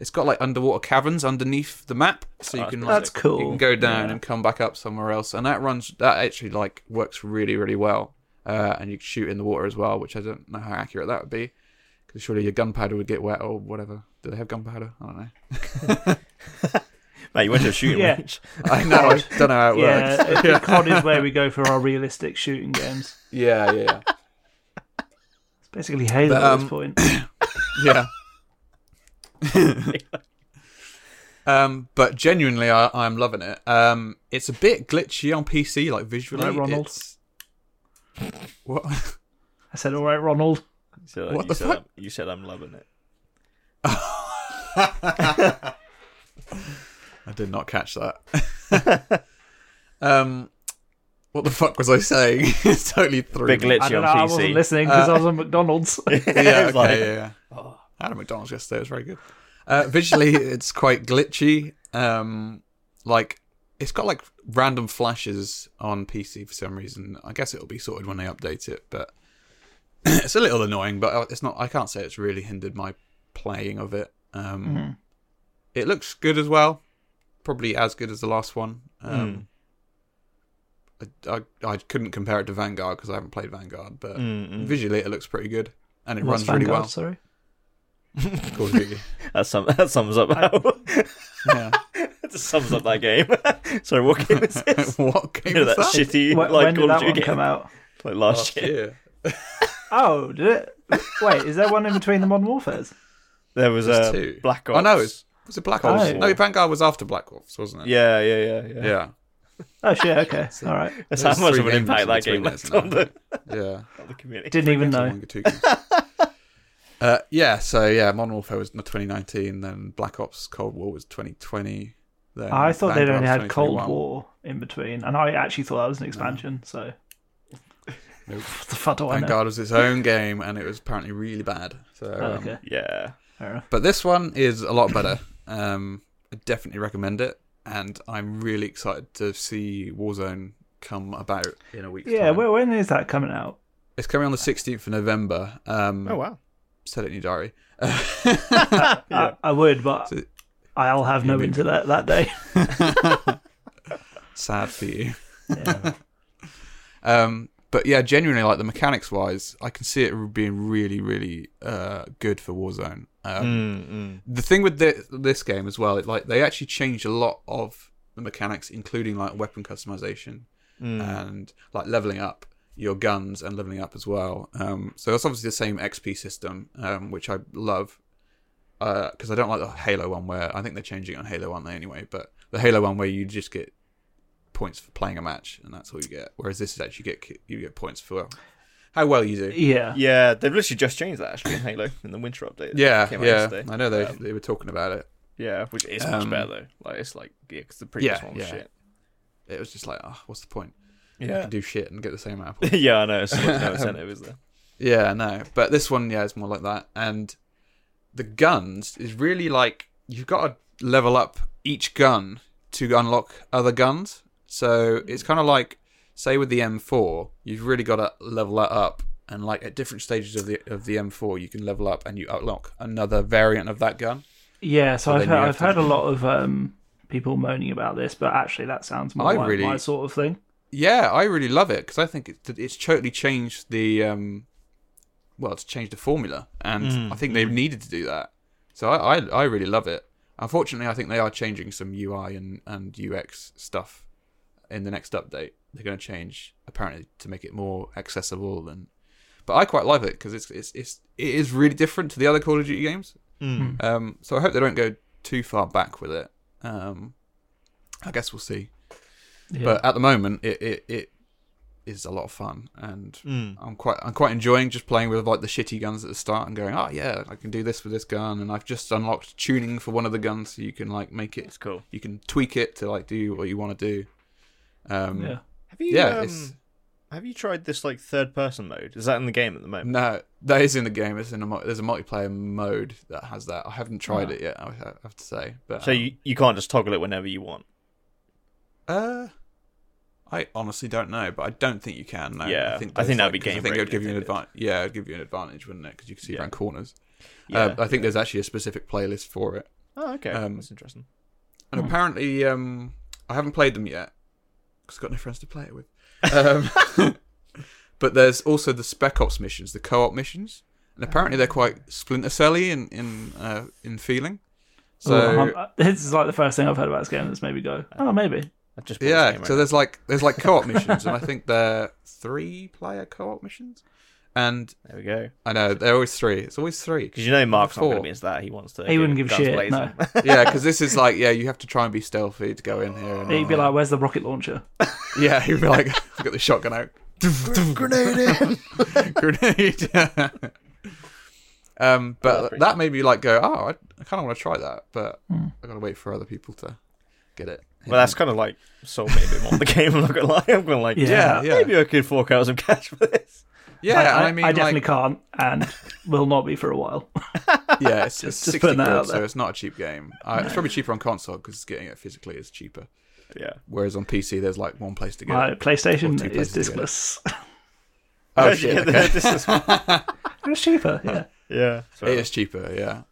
It's got like underwater caverns underneath the map, so you that's can pretty like That's cool. you can go down Yeah. and come back up somewhere else, and that runs that actually like works really really well. Uh, and you can shoot in the water as well, which I don't know how accurate that would be, because surely your gunpowder would get wet or whatever. Do they have gunpowder? I don't know. Mate, you went to a shooting Yeah. range. I know. I don't know how it works. Yeah, yeah. COD is where we go for our realistic shooting games. Yeah, yeah, yeah. It's basically Halo But, at um, this point. yeah. um, but genuinely, I, I'm loving it. Um, it's a bit glitchy on PC, like visually. Right, Ronald? it's- What? I said, all right, Ronald. So What you the said fuck? I'm, you said I'm loving it. I did not catch that. um, what the fuck was I saying? it's totally through. Big me. glitch I don't on know. I PC. wasn't listening Uh, because I was on McDonald's. yeah, It's okay, like- yeah, yeah. oh. I had a McDonald's yesterday. It was very good. Uh, visually, it's quite glitchy. Um, like it's got like random flashes on PC for some reason. I guess it'll be sorted when they update it, but it's a little annoying. But uh, it's not. I can't say it's really hindered my playing of it. Um, It looks good as well. Probably as good as the last one. Um, I, I I couldn't compare it to Vanguard because I haven't played Vanguard, but visually it looks pretty good and it What's runs really Vanguard, well. Sorry. Call of Duty. That, sum, that sums up how, Yeah. that sums up that game. Sorry, what game is this? what game You know, is that, that? shitty like Wh- when Call did of that Duty one game come out? like last year. Oh, did it? Wait, is there one in between the Modern Warfares? There was There's a two. Uh, Black Ops. I know. It's, was it Black Ops? Oh. No, Vanguard was after Black Ops, wasn't it? Yeah, yeah, yeah, yeah. Yeah. Oh shit. Okay. All right. That's how There's much three of an games impact in that between, game left on isn't the, it? Yeah. on the community. Didn't even So know. longer, two games. Uh, yeah, so yeah, Modern Warfare was 2019, then Black Ops Cold War was 2020. Then I thought they'd Vanguard only was had Cold 2021. War in between, and I actually thought that was an expansion. So. Nope. What the fuck do I know? Vanguard was its own game, and it was apparently really bad. So, Oh, um, okay. Yeah. Fair enough. but this one is a lot better. um, I definitely recommend it, and I'm really excited to see Warzone come about in a week's Yeah. time. Where, when is that coming out? It's coming on the 16th of November. Um, Oh wow. Set it in your diary. I, I would, but So- I'll have no Yeah, maybe. internet that day. Sad for you. Yeah. Um, but yeah, genuinely, like the mechanics wise, I can see it being really, really uh, good for Warzone. Um, Mm. Mm-mm. the thing with thi- this game as well, it, like they actually changed a lot of the mechanics, including like weapon customization mm. and like leveling up your guns and leveling up as well. Um, so that's obviously the same XP system, um, which I love. because I don't like the Halo one where I think they're changing it on Halo, aren't they? Anyway, but the Halo one where you just get points for playing a match and that's all you get. Whereas this is actually get you get points for how well you do. Yeah. Yeah, they've literally just changed that actually in Halo in the winter update. that Yeah, came out yeah, yesterday. I know they Um, they were talking about it. yeah, which is much Um, better though. Like it's like yeah, because the previous yeah, one was yeah. shit. It was just like, oh, what's the point? You Yeah, can do shit and get the same apple. yeah, I know. It's like no incentive, is there? Yeah, no. But this one, yeah, it's more like that. And the guns is really like you've got to level up each gun to unlock other guns. So it's kind of like, say, with the M4, you've really got to level that up. And like at different stages of the of the M4, you can level up and you unlock another variant of that gun. Yeah, so I've then you heard, have I've to- heard a lot of um, people moaning about this, but actually that sounds more I like really- my sort of thing. Yeah, I really love it because I think it's it's totally changed the um, well, it's changed the formula, and I think they needed to do that. So I, I I really love it. Unfortunately, I think they are changing some UI and and UX stuff in the next update. They're going to change apparently to make it more accessible and. But I quite like it because it's it's it's it is really different to the other Call of Duty games. Um, so I hope they don't go too far back with it. Um, I guess we'll see. Yeah. But at the moment, it, it, it is a lot of fun, and Hmm. I'm quite I'm quite enjoying just playing with like the shitty guns at the start and going, oh yeah, I can do this with this gun, and I've just unlocked tuning for one of the guns, so you can like make it, It's cool. you can tweak it to like do what you want to do. Um, yeah. Have you? Yeah, um, it's- Have you tried this like third person mode? Is that in the game at the moment? No, that is in the game. It's in a mul- there's a multiplayer mode that has that. I haven't tried it yet. I I have to say, but So um, you, you can't just toggle it whenever you want. Uh, I honestly don't know, but I don't think you can. No. Yeah, there's, I think that'd be 'cause I game think it would breaking give if you an they did. advantage. Yeah, it'd give you an advantage, wouldn't it? Because you can see Yeah. around corners. Yeah. Um, I think there's actually a specific playlist for it, oh, okay. um, That's interesting. Hmm. and apparently, um, I haven't played them yet because I've got no friends to play it with. Um, but there's also the Spec Ops missions, the co-op missions, and apparently Ah. they're quite Splinter Celly in in uh, in feeling. So Oh, I'm- this is like the first thing I've heard about this game that's made me go, oh, maybe. I just bought Yeah, This game so right there's like there's like co-op missions, and I think they're three-player co-op missions. And now. there we go. I know they're always three. It's always three. Because you know Mark's not going Four. to be into that. He wants to. He do wouldn't give a guns shit, blazing. no. Yeah, because this is like yeah, you have to try and be stealthy to go in here. And, He'd be like, where's the rocket launcher? yeah, he'd be like, I got the shotgun out, Grenade in. grenade. um, but pretty that made me like go, oh, I, I kind of want to try that, but I gotta wait for other people to get it. Well, that's kind of like sold me a bit more on the game. I'm not gonna lie. I'm gonna like, yeah, Yeah, yeah. maybe I could fork out some cash for this. yeah, and I, mean, I definitely like, can't and will not be for a while. yeah, it's, it's just sixty putting that quid, out so there. it's not a cheap game. Uh, It's probably cheaper on console because getting it physically is cheaper. Yeah, Whereas on PC, there's like one place to get My it. PlayStation Or two is places to get it. discless. Oh Yeah, shit, yeah, this is- it's cheaper, Hmm. yeah. yeah. So- It is cheaper, yeah.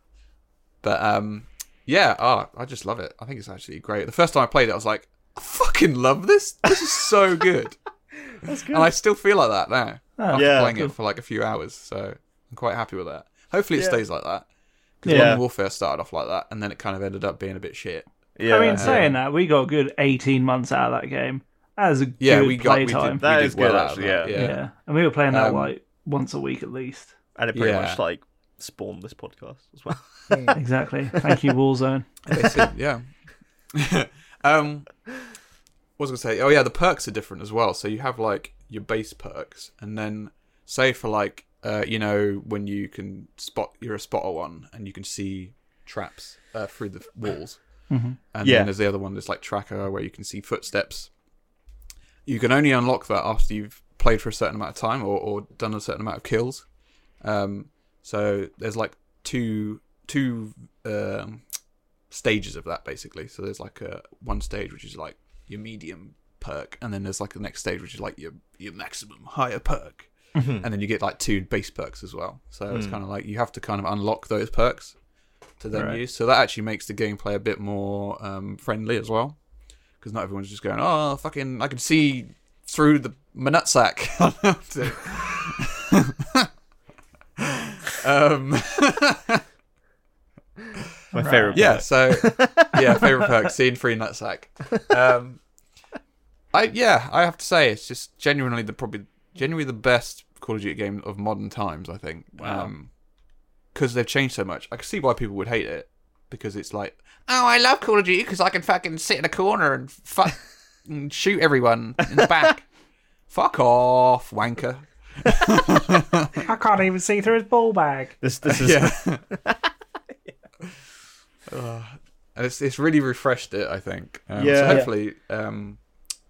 But um, yeah, oh, I just love it. I think it's actually great. The first time I played it, I was like, I fucking love this. This is so good. That's good. And I still feel like that now. Oh, after Yeah. playing it for like a few hours, so I'm quite happy with that. Hopefully, it Yeah. stays like that. Because Yeah. Modern Warfare started off like that, and then it kind of ended up being a bit shit. Yeah, I mean, that- saying that, we got a good 18 months out of that game. That is a Yeah, good we got we playtime. did, That we did is well good, out of actually, that, yeah. Yeah. and we were playing that Um, like once a week at least. and it pretty Yeah. much like spawned this podcast as well. Exactly. Thank you, Warzone. Basically, yeah. um, what was I gonna say? Oh yeah, the perks are different as well. So you have like your base perks, and then say for like uh, you know when you can spot, you're a spotter one, and you can see traps uh, through the walls. And Yeah. then there's the other one that's like tracker, where you can see footsteps. You can only unlock that after you've played for a certain amount of time or, or done a certain amount of kills. Um, so there's like two two um, stages of that basically. So there's like a one stage which is like your medium perk, and then there's like the next stage which is like your your maximum higher perk, and then you get like two base perks as well. So it's kind of like you have to kind of unlock those perks to then Right. use. So that actually makes the gameplay a bit more um, friendly as well, because not everyone's just going, oh fucking, I can see through the my nutsack. um My favorite. Yeah, so yeah, favorite perk, scene free nutsack. Um, I yeah, I have to say it's just genuinely the probably genuinely the best Call of Duty game of modern times. I think. Wow. Um, because they've changed so much, I can see why people would hate it because it's like, oh, I love Call of Duty because I can fucking sit in a corner and fuck and shoot everyone in the back. fuck off, wanker. I can't even see through his ball bag. This this is Yeah. Uh, and it's it's really refreshed it, I think. Um, So Yeah. hopefully, um,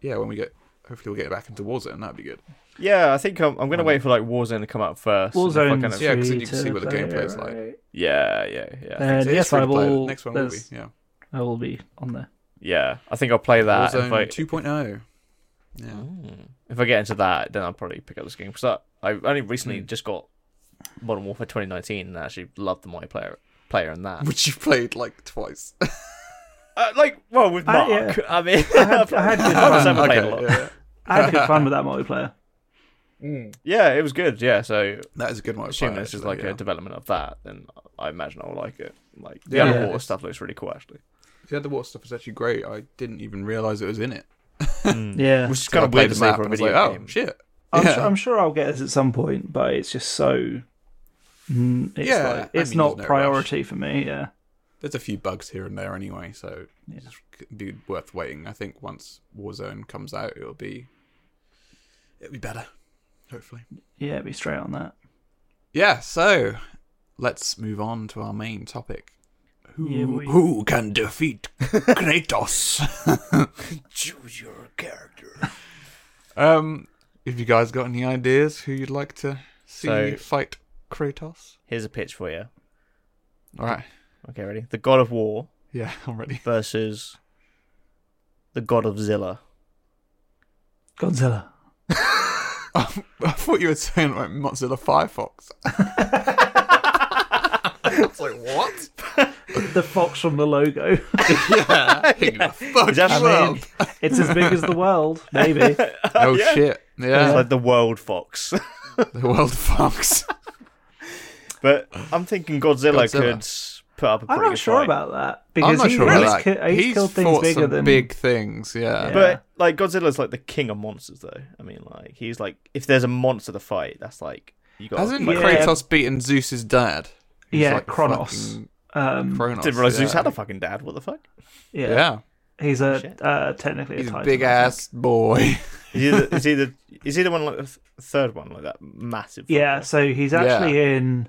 yeah, when we get hopefully we'll get back into Warzone, that'd be good. yeah. I think I'm, I'm gonna wait for like Warzone to come out first. and if I Warzone, kind of- Yeah, 'cause then you can see what the gameplay is like. yeah, yeah, yeah. Then So it is yes, I free to play, the will. Next one will be there's- yeah. I will be on there. Yeah, I think I'll play that. Uh, If Warzone oh, I, 2.0. Yeah. if I get into that, then I'll probably pick up this game because I only recently Hmm. just got Modern Warfare 2019 and I actually loved the multiplayer player in that. Which you've played like twice. Uh, like, well, with Uh, Ah, Mark, yeah. I mean, I had, I had good I fun. haven't played a Okay, lot. yeah, Yeah. yeah. I had good fun with that multiplayer. it was good. Yeah, so That is a good one. assuming this is like yeah. a development of that, then I imagine I'll like it. Like the Yeah. underwater stuff looks really cool actually, The underwater stuff is actually great. I didn't even realize it was in it. Yeah, which is Till kind I of played weird the to say map for a and I was video like, game. Oh shit! I'm, Hmm. Yeah. su- I'm sure I'll get this at some point, but it's just so. Mm, It's Yeah, like, I it's mean, not there's no priority for me. Yeah, There's a few bugs here and there anyway, so it's it'd be worth waiting. I think once Warzone comes out, it'll be it'll be better, hopefully. yeah, be straight on that. Yeah. So let's move on to our main topic. Who, Yeah, we- who can defeat Kratos? Choose your character. um, have you guys got any ideas who you'd like to see So- fight Kratos? Here's a pitch for you. All right. Okay, ready? The God of War Yeah, I'm ready. versus the God of Zilla. Godzilla. I thought you were saying like Mozilla Firefox. It's like what? The fox from the logo. Yeah, yeah. fuck Is that you what I up. mean? It's as big as the world, maybe. Oh shit! It's Yeah, like the world fox. the world fox. but I'm thinking Godzilla, Godzilla. could put up a pretty I'm not good sure fight. about that because I'm not he, sure he's, about that. ki- he's, killed things fought bigger some than big things. Yeah. Yeah. But like Godzilla's like the king of monsters though. I mean like he's like if there's a monster to fight, that's like you got hasn't like, Yeah. Kratos beaten Zeus's dad? He's Yeah, like Kronos. fucking Um, Kronos. didn't realise yeah. Zeus had a fucking dad, what the fuck? yeah. Yeah, he's a Shit. uh, technically he's a a titan. big ass boy. Is he the is he the, is he the one like the th- third one, like that massive Yeah, fucker? so he's actually in.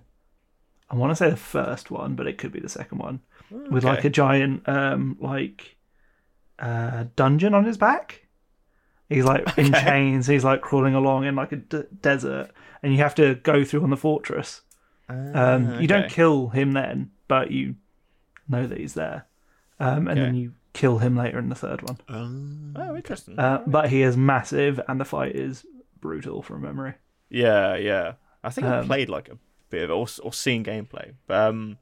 I want to say the first one, but it could be the second one, with like Oh, Okay. a giant um like uh dungeon on his back. He's like in chains. He's like crawling along in like a d- desert, and you have to go through on the fortress. Um, Ah, You don't okay. kill him then, but you know that he's there, um, and then Okay. you kill him later in the third one. Oh interesting. Uh, but he is massive, and the fight is brutal from memory. Yeah, yeah. I think Um, I played like a bit of it or, or seen gameplay. But, um,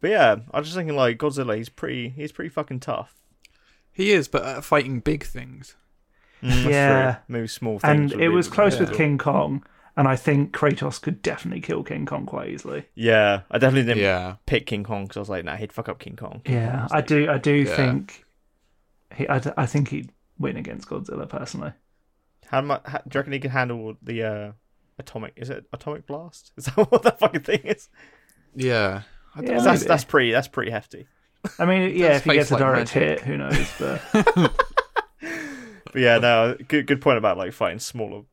but yeah, I was just thinking like Godzilla. He's pretty. He's pretty fucking tough. he is, but uh, fighting big things. Mm, That's yeah. true. maybe small things. and would it be- was close yeah. with King Kong, and I think Kratos could definitely kill King Kong quite easily. Yeah, I definitely didn't Yeah, pick King Kong because I was like, nah, he'd fuck up King Kong. Yeah, I do. I do Yeah. think he. I, d- I think he'd win against Godzilla personally. How, mu how do you reckon he could handle the uh, atomic? Is it atomic blast? Is that what that fucking thing is? yeah. I don't Yeah, know. That's maybe. that's pretty. That's pretty hefty. I mean, yeah, if he face gets a like direct magic. hit, who knows? But But yeah, no, good good point about like fighting smaller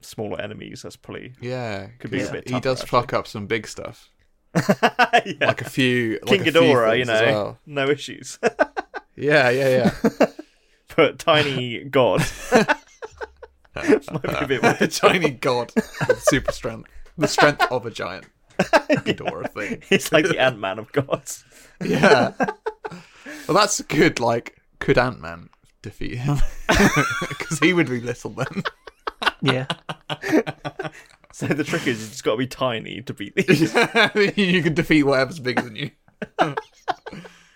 smaller enemies. That's probably Yeah, Could be a he's- bit He tougher, does actually. fuck up some big stuff, yeah. like a few like King a few Ghidorah, you things as know, well. no issues. Yeah, yeah, yeah. but tiny god might be a bit a weird. tiny god with super strength. The strength of a giant. Ghidorah thing. It's like the Ant Man of gods. Yeah. Well, that's a good. Like, could Ant Man defeat him? Because he would be little then. yeah, So the trick is, you just got to be tiny to beat these. you could defeat whatever's bigger than you.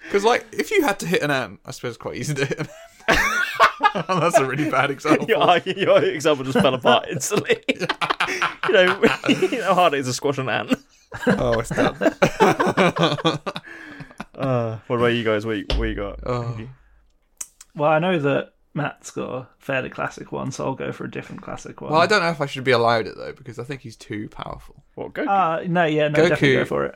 Because, like, if you had to hit an ant, I suppose it's quite easy to hit an ant. that's a really bad example. Your, ar- your example just fell apart instantly. you know, you know how hard it is to squash an ant. Oh, it's done. Uh, what about you guys? What you, what you got? Oh. well, I know that Matt's got a fairly classic one, so I'll go for a different classic one. Well, I don't know if I should be allowed it, though, because I think he's too powerful. What go? Uh, no, yeah, no, Goku. definitely go for it.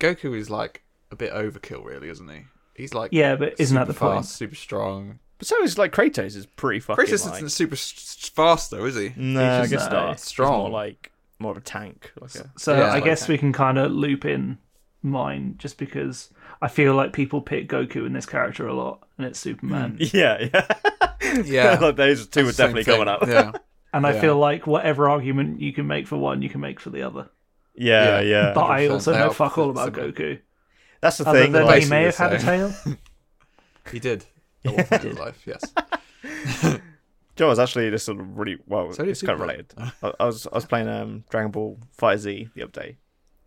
Goku is like a bit overkill, really, isn't he? He's like Yeah, but isn't that the super point? fast, super strong. But so is like Kratos is pretty fucking. Kratos like- isn't super s- s- fast though, is he? No, I He's just guess not not. strong. He's more like more of a tank. Like a, So Yeah, I like guess that. we can kind of loop in mine just because I feel like people pick Goku in this character a lot, and it's Mm. Superman. yeah, yeah, Yeah. like those two were Same definitely thing. coming up. Yeah, And I Yeah. feel like whatever argument you can make for one, you can make for the other. Yeah, yeah. Yeah. But I 100%, also they know are fuck all about similar. Goku, That's the other thing. than like- he may have basically had a tail. he did. At one point in his life, yes. Joe was actually just sort of really well. So did it's kind of Superman. related. I, I was I was playing um Dragon Ball Fighter Z the other day.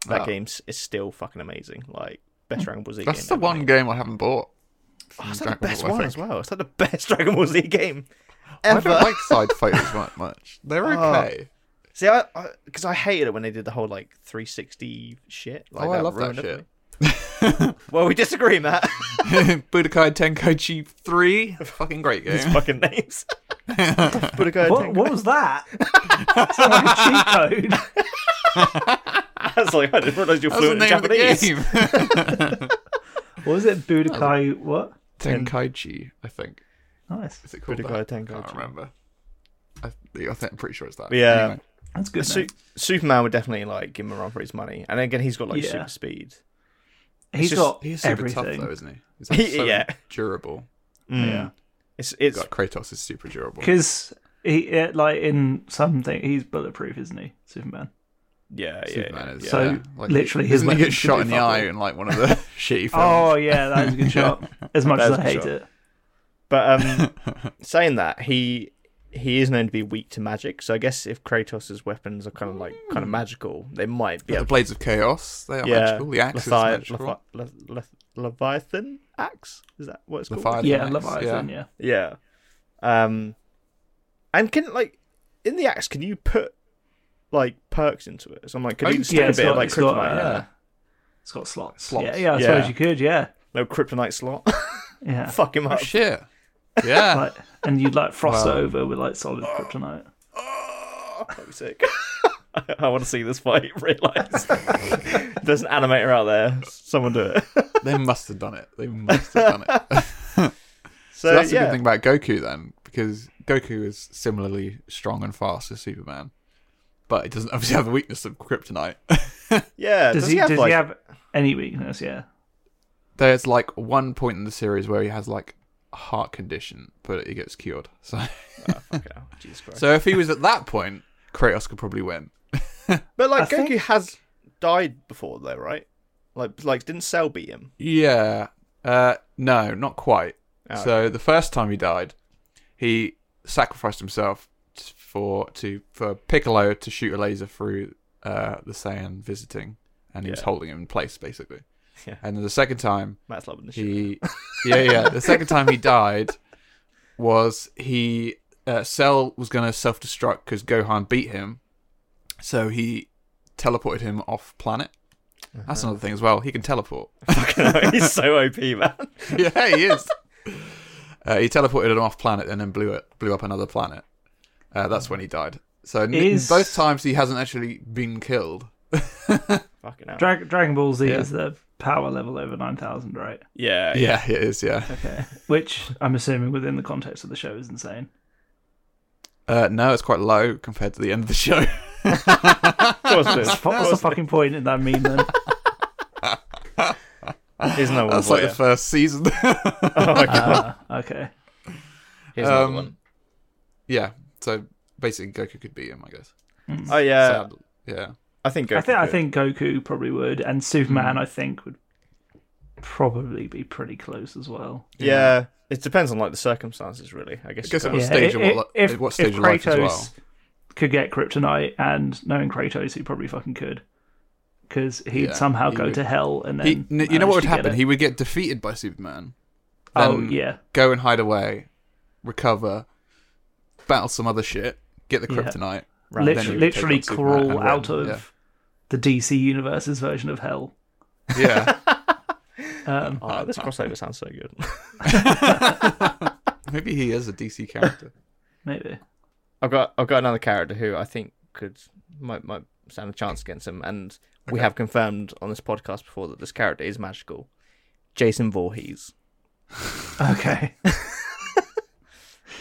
That Ah. Hmm. game is still fucking amazing. Like best Dragon Ball Z. That's the game ever one made. game I haven't bought. Oh, from is that Dragon the best Ball, I one think. as well? Is that the best Dragon Ball Z game I ever? don't like side fighters that much. They're Oh. okay. See, I because I, hated it when they did the whole like 360 shit. Like, Oh, I love that ruined it for shit. me. well, we disagree, Matt. Budokai Tenkaichi 3, fucking great These game. fucking names. Budokai What, what was that? Sounds like a cheat code. I was like, I didn't realize you're That's the fluent in name of the Japanese. game. What was it? Budokai. What? Tenkaichi, I think. Nice. Is it called Budokai that? I Tenkaichi. can't remember. I, I think, I'm pretty sure it's that. But yeah, Anyway. That's good. Su- name. Superman would definitely like give him a run for his money, and again, he's got like Yeah. super speed. He's just- got Oh, He's super everything. tough though, isn't he? He's like, so Yeah. durable. Yeah. Mm. It's it's God, Kratos is super durable. Because he uh, like in something he's bulletproof, isn't he, Superman? yeah yeah, Superman yeah, is, yeah. So yeah, like, literally his doesn't he weapons gets shot can in do the fuck eye all. in like one of the shitty films. Oh yeah, that was a good shot. As much That as was I a good hate shot. it, But um, saying that, he he is known to be weak to magic. So I guess if Kratos' weapons are kind of like kind of magical, they might Mm. But be. The able to blades of chaos, they are yeah, magical. The axe Levi- is magical. Levi- Le- Le- Leviathan axe is that what it's called? Leviathan yeah, axe, Leviathan, yeah. Yeah. Um, and can like in the axe, can you put like perks into it? So I'm like, can Oh, you you stick yeah, a it's bit of got- like it's got, kryptonite? in uh, there? It's got slots. Slots. Yeah, yeah, I Yeah. suppose you could, yeah, No kryptonite slot. yeah. Fuck him Oh up. shit! Yeah. Like, and you'd like frost Wow. it over with like solid kryptonite. Oh, that'd be sick. I, want to see this fight realized. There's an animator out there. Someone do it. They must have done it. They must have done it. So, So that's the yeah. good thing about Goku then, because Goku is similarly strong and fast as Superman, but it doesn't obviously have the weakness of kryptonite. Yeah. Does, he? have, does like, he have any weakness? Yeah. There's like one point in the series where he has like a heart condition, but it gets cured. So, Okay, oh, Jesus Christ. so if he was at that point, Kratos could probably win. but like I Goku think- has died before though, right? Like like didn't Cell beat him? Yeah. Uh, no, not quite. Oh, so the first time he died, he sacrificed himself t- for to for Piccolo to shoot a laser through uh, the Saiyan visiting, and he was Yeah. holding him in place basically. Yeah. And then the second time Matt's loving the shit. he, yeah, yeah, the second time he died was he uh, Cell was gonna self destruct because Gohan beat him, so he teleported him off planet. That's another thing as well. He can teleport. Fucking hell, He's so OP, man. yeah, he is. Uh, he teleported an off planet and then blew it, blew up another planet. Uh, that's when he died. So n- Is- both times he hasn't actually been killed. Fucking hell. Drag- Dragon Ball Z Yeah. is the power level over nine thousand, right? yeah, yeah. Yeah, it is. Yeah. Okay. Which I'm assuming within the context of the show is insane. Uh, no, it's quite low compared to the end of the show. Of course it is. What's the fucking point in that meme then? Here's another one. That's for like you. the first season. Oh my god. Uh, okay. Here's another um, one. yeah. So basically, Goku could beat him, I guess. Oh Uh, yeah, Sad. Yeah. I think. Goku I think I could. think Goku probably would, and Superman Hmm. I think would probably be pretty close as well. Yeah. it depends on like the circumstances, really. I guess. I guess you it What can't- was- stage of what li- if, what stage if of life Kratos as well? could get kryptonite, and knowing Kratos, he probably fucking could, because he'd Yeah, somehow he go would. to hell and then He, n- you know manage what would to get happen? it. He would get defeated by Superman. oh then- yeah, go and hide away, recover, battle some other shit, get the Yeah. kryptonite. Right, then he literally, would literally take on Superman crawl and win, out of yeah. the DC universe's version of hell. Yeah, Um, Oh, this crossover sounds so good. maybe he is a DC character. maybe I've got I've got another character who I think could might might stand a chance against him. And we have confirmed on this podcast before that this character is magical. Jason Voorhees. Okay.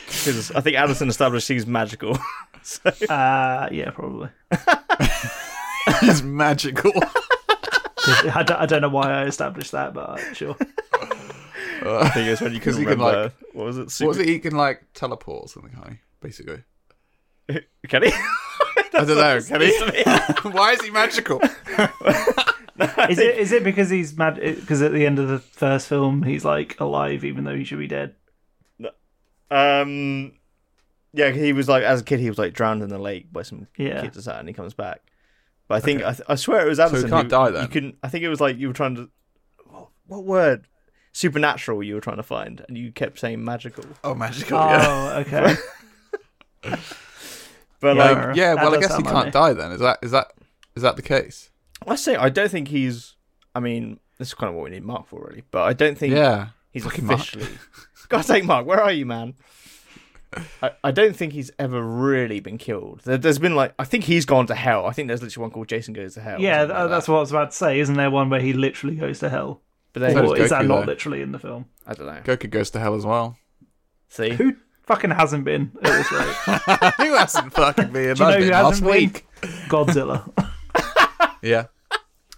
Because I think Addison established he's magical. so, Uh, yeah, probably. He's magical. I don't, I don't know why I established that, but uh, sure. I think it's when you 'Cause couldn't he can, remember. what was it? what was it? He can like teleport or something, can't he? Basically. Can he? I don't know. Can he? he? Why is he magical? Is it is it because he's mad? Because at the end of the first film, he's like alive, even though he should be dead. Um, yeah, he was like as a kid, he was like drowned in the lake by some Yeah. kids or something, and he comes back. But I think I, th- I swear it was Addison. can't who- die then? You can. I think it was like you were trying to. What, what word? Supernatural. You were trying to find, and you kept saying magical. Oh, magical. Yeah. Oh, okay. But Yeah. like, Um, yeah. That Well, I does guess he sound like can't me. die then. Is that is that is that the case? I say I don't think he's. I mean, this is kind of what we need Mark for, really. But I don't Mm. think Yeah. he's Fucking Mark. officially. God take Mark, where are you, man? I, I don't think he's ever really been killed. There, there's been like I think he's gone to hell. I think there's literally one called Jason Goes to Hell. or yeah, something th- like that's that. what I was about to say. Isn't there one where he literally goes to hell? But So then does Or is that Goku, not though. literally in the film? I don't know. Goku goes to hell as well. See, Who fucking hasn't been at this rate? who hasn't fucking been? Do you know I've been who last hasn't been? week. Godzilla. Yeah.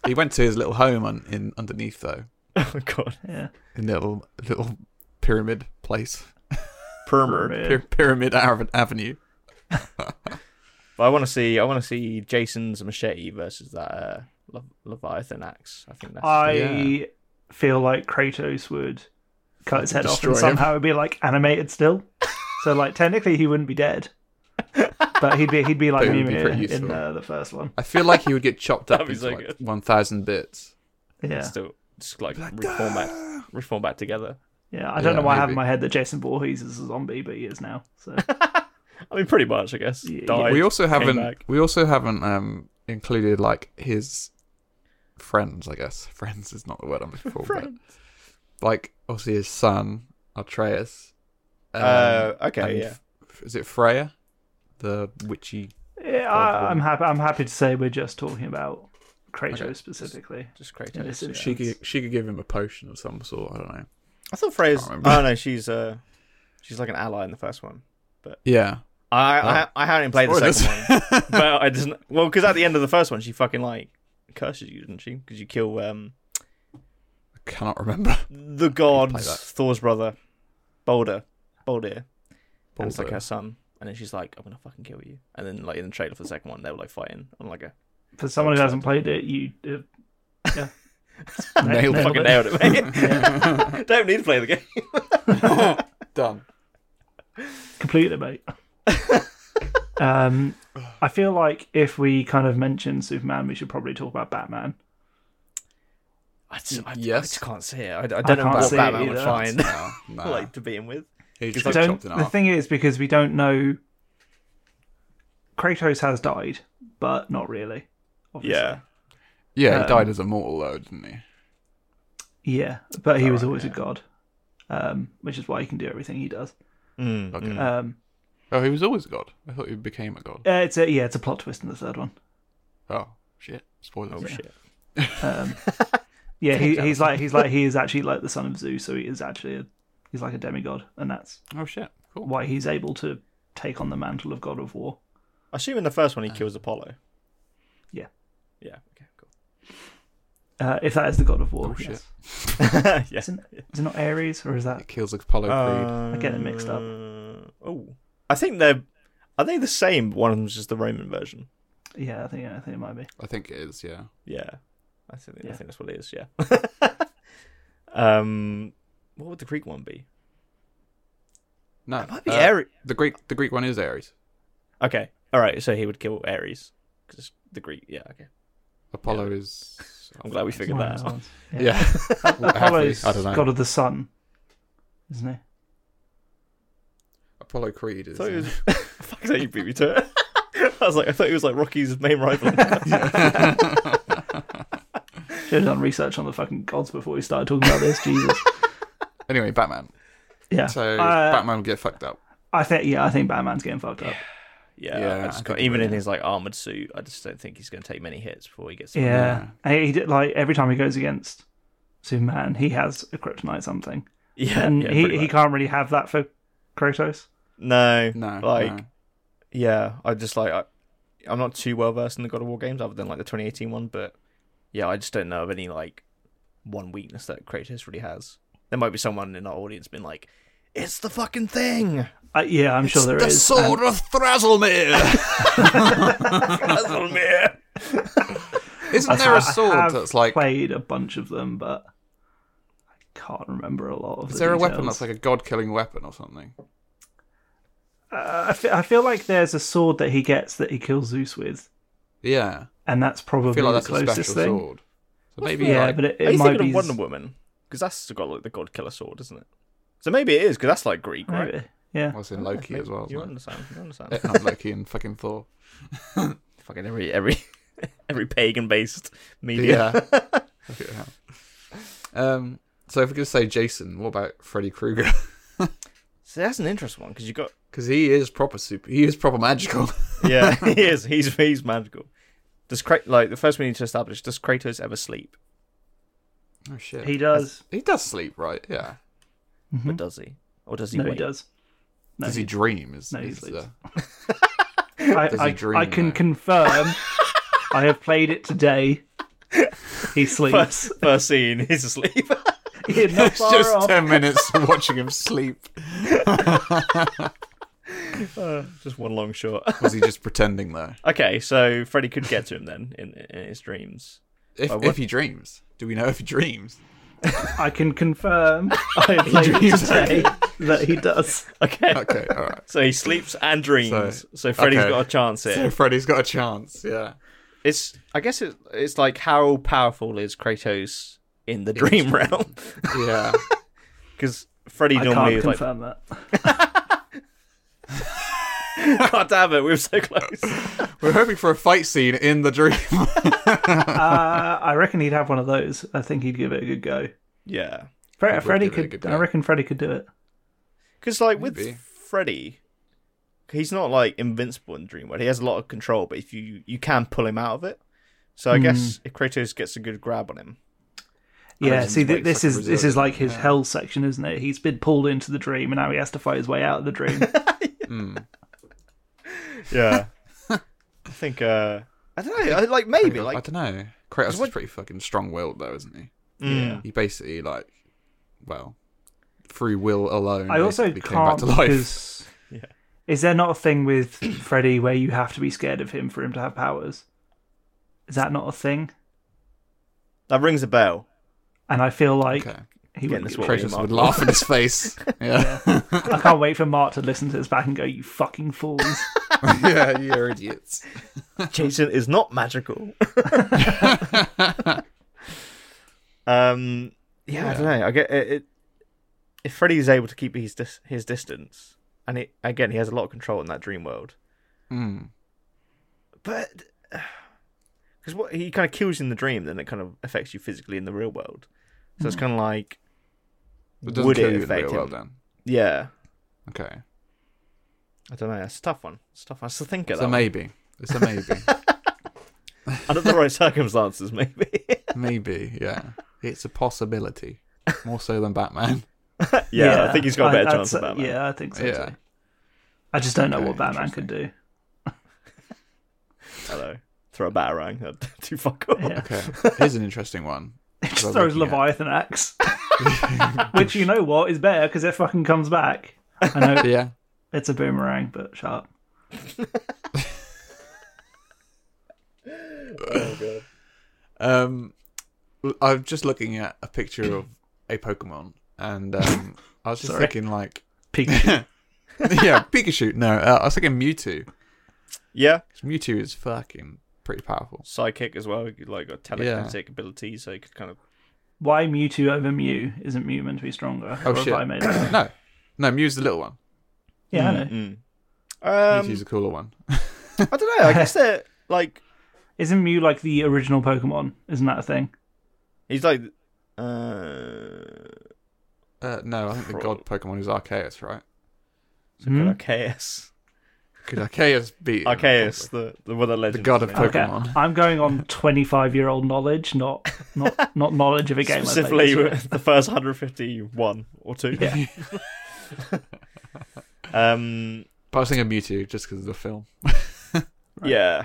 He went to his little home on, in underneath though, oh god, Yeah. in the little little pyramid place, Permer. Pyr- pyramid Ave- avenue. But I want to see. I want to see Jason's machete versus that uh, Le- Leviathan axe. I think that's. I Yeah. feel like Kratos would cut his head off Destroy and him. somehow it'd be like animated still. so like technically he wouldn't be dead. But he'd be he'd be like But it would be Mimir pretty in useful. uh, the first one. I feel like he would get chopped up That'd be into so like good. one thousand bits. Yeah. Still, just like reform back, reform back together. Yeah. I don't Yeah, know why I have maybe. in my head that Jason Voorhees is a zombie, but he is now. So I mean, pretty much, I guess. Yeah, Died, we also came haven't back. we also haven't um included like his friends i guess friends is not the word i'm looking for but like obviously his son atreus um, Uh, and okay, yeah. f- is it freya the witchy yeah, Odd I, one. I'm happy I'm happy to say we're just talking about Kratos Okay. specifically. Just in this Kratos. instance. she could she could give him a potion of some sort i don't know I thought Freya's. Can't remember. Oh no, she's uh, she's like an ally in the first one. yeah I Oh. I, I haven't played the Spoilers. second one, but I just well because at the end of the first one she fucking like curses you, didn't she? Because you kill um i cannot remember the that. gods, Thor's brother, Boulder, Boulder, and it's like Baldur. her son, and then she's like, I'm gonna fucking kill you, and then like in the trailer for the second one they were like fighting on like a For someone who hasn't played it, you uh, yeah. Nailed it. fucking nailed it, mate. Don't need to play the game. done completely, mate. um, I feel like if we kind of mention Superman, we should probably talk about Batman. I just, I, Yes. I just can't see it. I, I don't know can't what see it Batman would either. find no, nah. like to be in with. he just I gets don't. chopped in The half. thing is, because we don't know, Kratos has died, but not really. Obviously. Yeah. yeah he um, died as a mortal though didn't he yeah, but Oh, he was always a god, um, which is why he can do everything he does. Mm, Okay. mm. Um, oh he was always a god i thought he became a god uh, it's a yeah, it's a plot twist in the third one. oh shit spoilers Oh shit. Um, yeah, he, he's like he's like he is actually like the son of Zeus, so he is actually a, he's like a demigod, and that's oh shit cool why he's able to take on the mantle of God of War. I assume in the first one he kills Apollo. Uh. Yeah. Yeah. Okay. Cool. Uh, if that is the God of War, Oh, yes. shit. yeah. Isn't- Is it not Ares or is that? It kills Apollo Creed. I get it mixed up. Oh, I think they're are they the same? One of them's just the Roman version. Yeah, I think I think it might be. I think it is, yeah. Yeah. I think I Yeah. think that's what it is. Yeah. um, what would the Greek one be? No, It might be uh, Ares. The Greek, the Greek one is Ares. Okay. All right. So he would kill Ares because the Greek. Yeah. Okay. Apollo is. I'm glad we figured One that of those out. ones. Yeah, Apollo's I don't know. God of the Sun, isn't he? Apollo Creed is. I thought it was. Fuck that you beat me to it. I was like, I thought it was like Rocky's main rival. Should have done research on the fucking gods before we started talking about this. Jesus. anyway, Batman. Yeah. So Uh, Batman will get fucked up. I think yeah, I think Batman's getting fucked up. yeah. Yeah, I I just think got, it even will. in his like armored suit, I just don't think he's going to take many hits before he gets. Yeah, Yeah. And he did, like every time he goes against Superman, he has a kryptonite something, yeah, and yeah, pretty he, he much. can't really have that for Kratos. No, No, like no. yeah, I just like I, I'm not too well versed in the God of War games other than like the 2018 one, but yeah, I just don't know of any like one weakness that Kratos really has. There might be someone in our audience been like, "It's the fucking thing." Uh, yeah, I'm sure there is. the and- sword of Thrasilmir. Thrasilmir. Isn't I there a have sword that's like? played a bunch of them, but I can't remember a lot of. Is the there a details. weapon that's like a god-killing weapon or something? Uh, I, feel, I feel like there's a sword that he gets that he kills Zeus with, Yeah, and that's probably I feel like the that's a closest special thing. sword. So maybe Yeah, like but it, Are it you might thinking be of Wonder Woman? Because that's got like the God Killer sword, isn't it? So maybe it is because that's like Greek, right? maybe. Yeah, what's in Loki Maybe- as well. You isn't understand? You understand? it? Not Loki and fucking Thor. Fucking every every every pagan-based media. Yeah. Fucking hell. um. So if we could say Jason, what about Freddy Krueger? So that's an interesting one because you got Because he is proper super. He is proper magical. yeah, he is. He's he's magical. Does Kratos like the first we need to establish? Does Kratos ever sleep? Oh shit. he does. He does sleep, right? Yeah. But does he, or does he? No, he wake? does. No, Does he uh, dream? Is, No, he is sleeps. the- I, Does he I, dream, I can though? confirm. I have played it today. He sleeps. First, first scene, he's asleep. You're not far just off. ten minutes of watching him sleep. Just one long shot. Was he just pretending though? Okay, so Freddy could get to him then in, in his dreams. If, what? if he dreams, do we know if he dreams? I can confirm. I have played it dreams. today that he does. Okay, Okay, all right. so he sleeps and dreams. So- So, Freddy's okay. got a chance here. So Freddy's got a chance. Yeah. it's I guess it, it's like how powerful is Kratos in the dream realm? Yeah. Because Freddy I normally is can't like, confirm that. God damn it, we were so close. We're hoping for a fight scene in the dream. Uh, I reckon he'd have one of those. I think he'd give it a good go. yeah. Fre- He would Freddy give it a could. good I go. reckon Freddy could do it. Because like Maybe. with Freddy, he's not like invincible in Dream World. He has a lot of control, but if you you can pull him out of it. So I guess if Kratos gets a good grab on him, Yeah. he's See, th- like this fucking is this resilient, is like his hell section, isn't it? He's been pulled into the dream, and now he has to fight his way out of the dream. yeah. I think uh I don't know. I, like maybe I like don't know. Kratos what- is pretty fucking strong-willed though, isn't he? mm, He basically like, well, through will alone. I also basically came back can't to life. because Yeah. is there not a thing with Freddy where you have to be scared of him for him to have powers? Is that not a thing? that rings a bell. And I feel like Okay. he Again, would. that's give what we- a- Kratos Mark. would laugh in his face. Yeah. yeah. I can't wait for Mark to listen to this back and go, "You fucking fools." you're idiots. Jason is not magical. um, yeah, I don't know. I get it, it. If Freddy is able to keep his dis- his distance, and it, again, he has a lot of control in that dream world. Mm. But because what he kind of kills you in the dream, then it kind of affects you physically in the real world. So it's kind of like, But Hmm. doesn't would kill it you in the affect real him? world then? yeah, Okay. I don't know. That's a tough one. It's a tough. One. It's a thinker. It's a That maybe. It's a maybe. one. Under the right circumstances, maybe. maybe. Yeah. It's a possibility. More so than Batman. yeah, I think he's got a better I'd chance of say- that. man. Yeah, I think so. Yeah. Too. I just don't know Okay, what Batman could do. Hello. Throw a batarang. That'd do fuck all. Yeah. Okay. Here's an interesting one. He just Well, throws looking at- Leviathan axe, which you know what is better because it fucking comes back. I know Yeah. it's a boomerang, but shut up. Um, I'm just looking at a picture of a Pokemon, and um, I was just Sorry. thinking like, Pikachu. yeah, Pikachu. No, uh, I was thinking Mewtwo. Yeah. 'Cause Mewtwo is fucking pretty powerful. Psychic as well. He, like got telekinetic ability, so he could kind of. Why Mewtwo over Mew? Isn't Mew meant to be stronger? Oh Or have shit. I made that? up? No, no, Mew's the little one. Yeah, I know. Mm. Um, Mewtwo's the cooler one. I don't know. I guess they're like Isn't Mew like the original Pokemon? Isn't that a thing? he's like. Uh, Hmm? Uh, no, I think the god Pokemon is Arceus, right? so kind of KS. Could Arceus beat? him? Arceus, the the one that legend. The god of made. Okay, Pokemon. I'm going on 25 year old knowledge, not not not knowledge of a game. I played specifically this year. the first 151 or two. Yeah. um. But I was thinking Mewtwo just because of the film. Right. Yeah.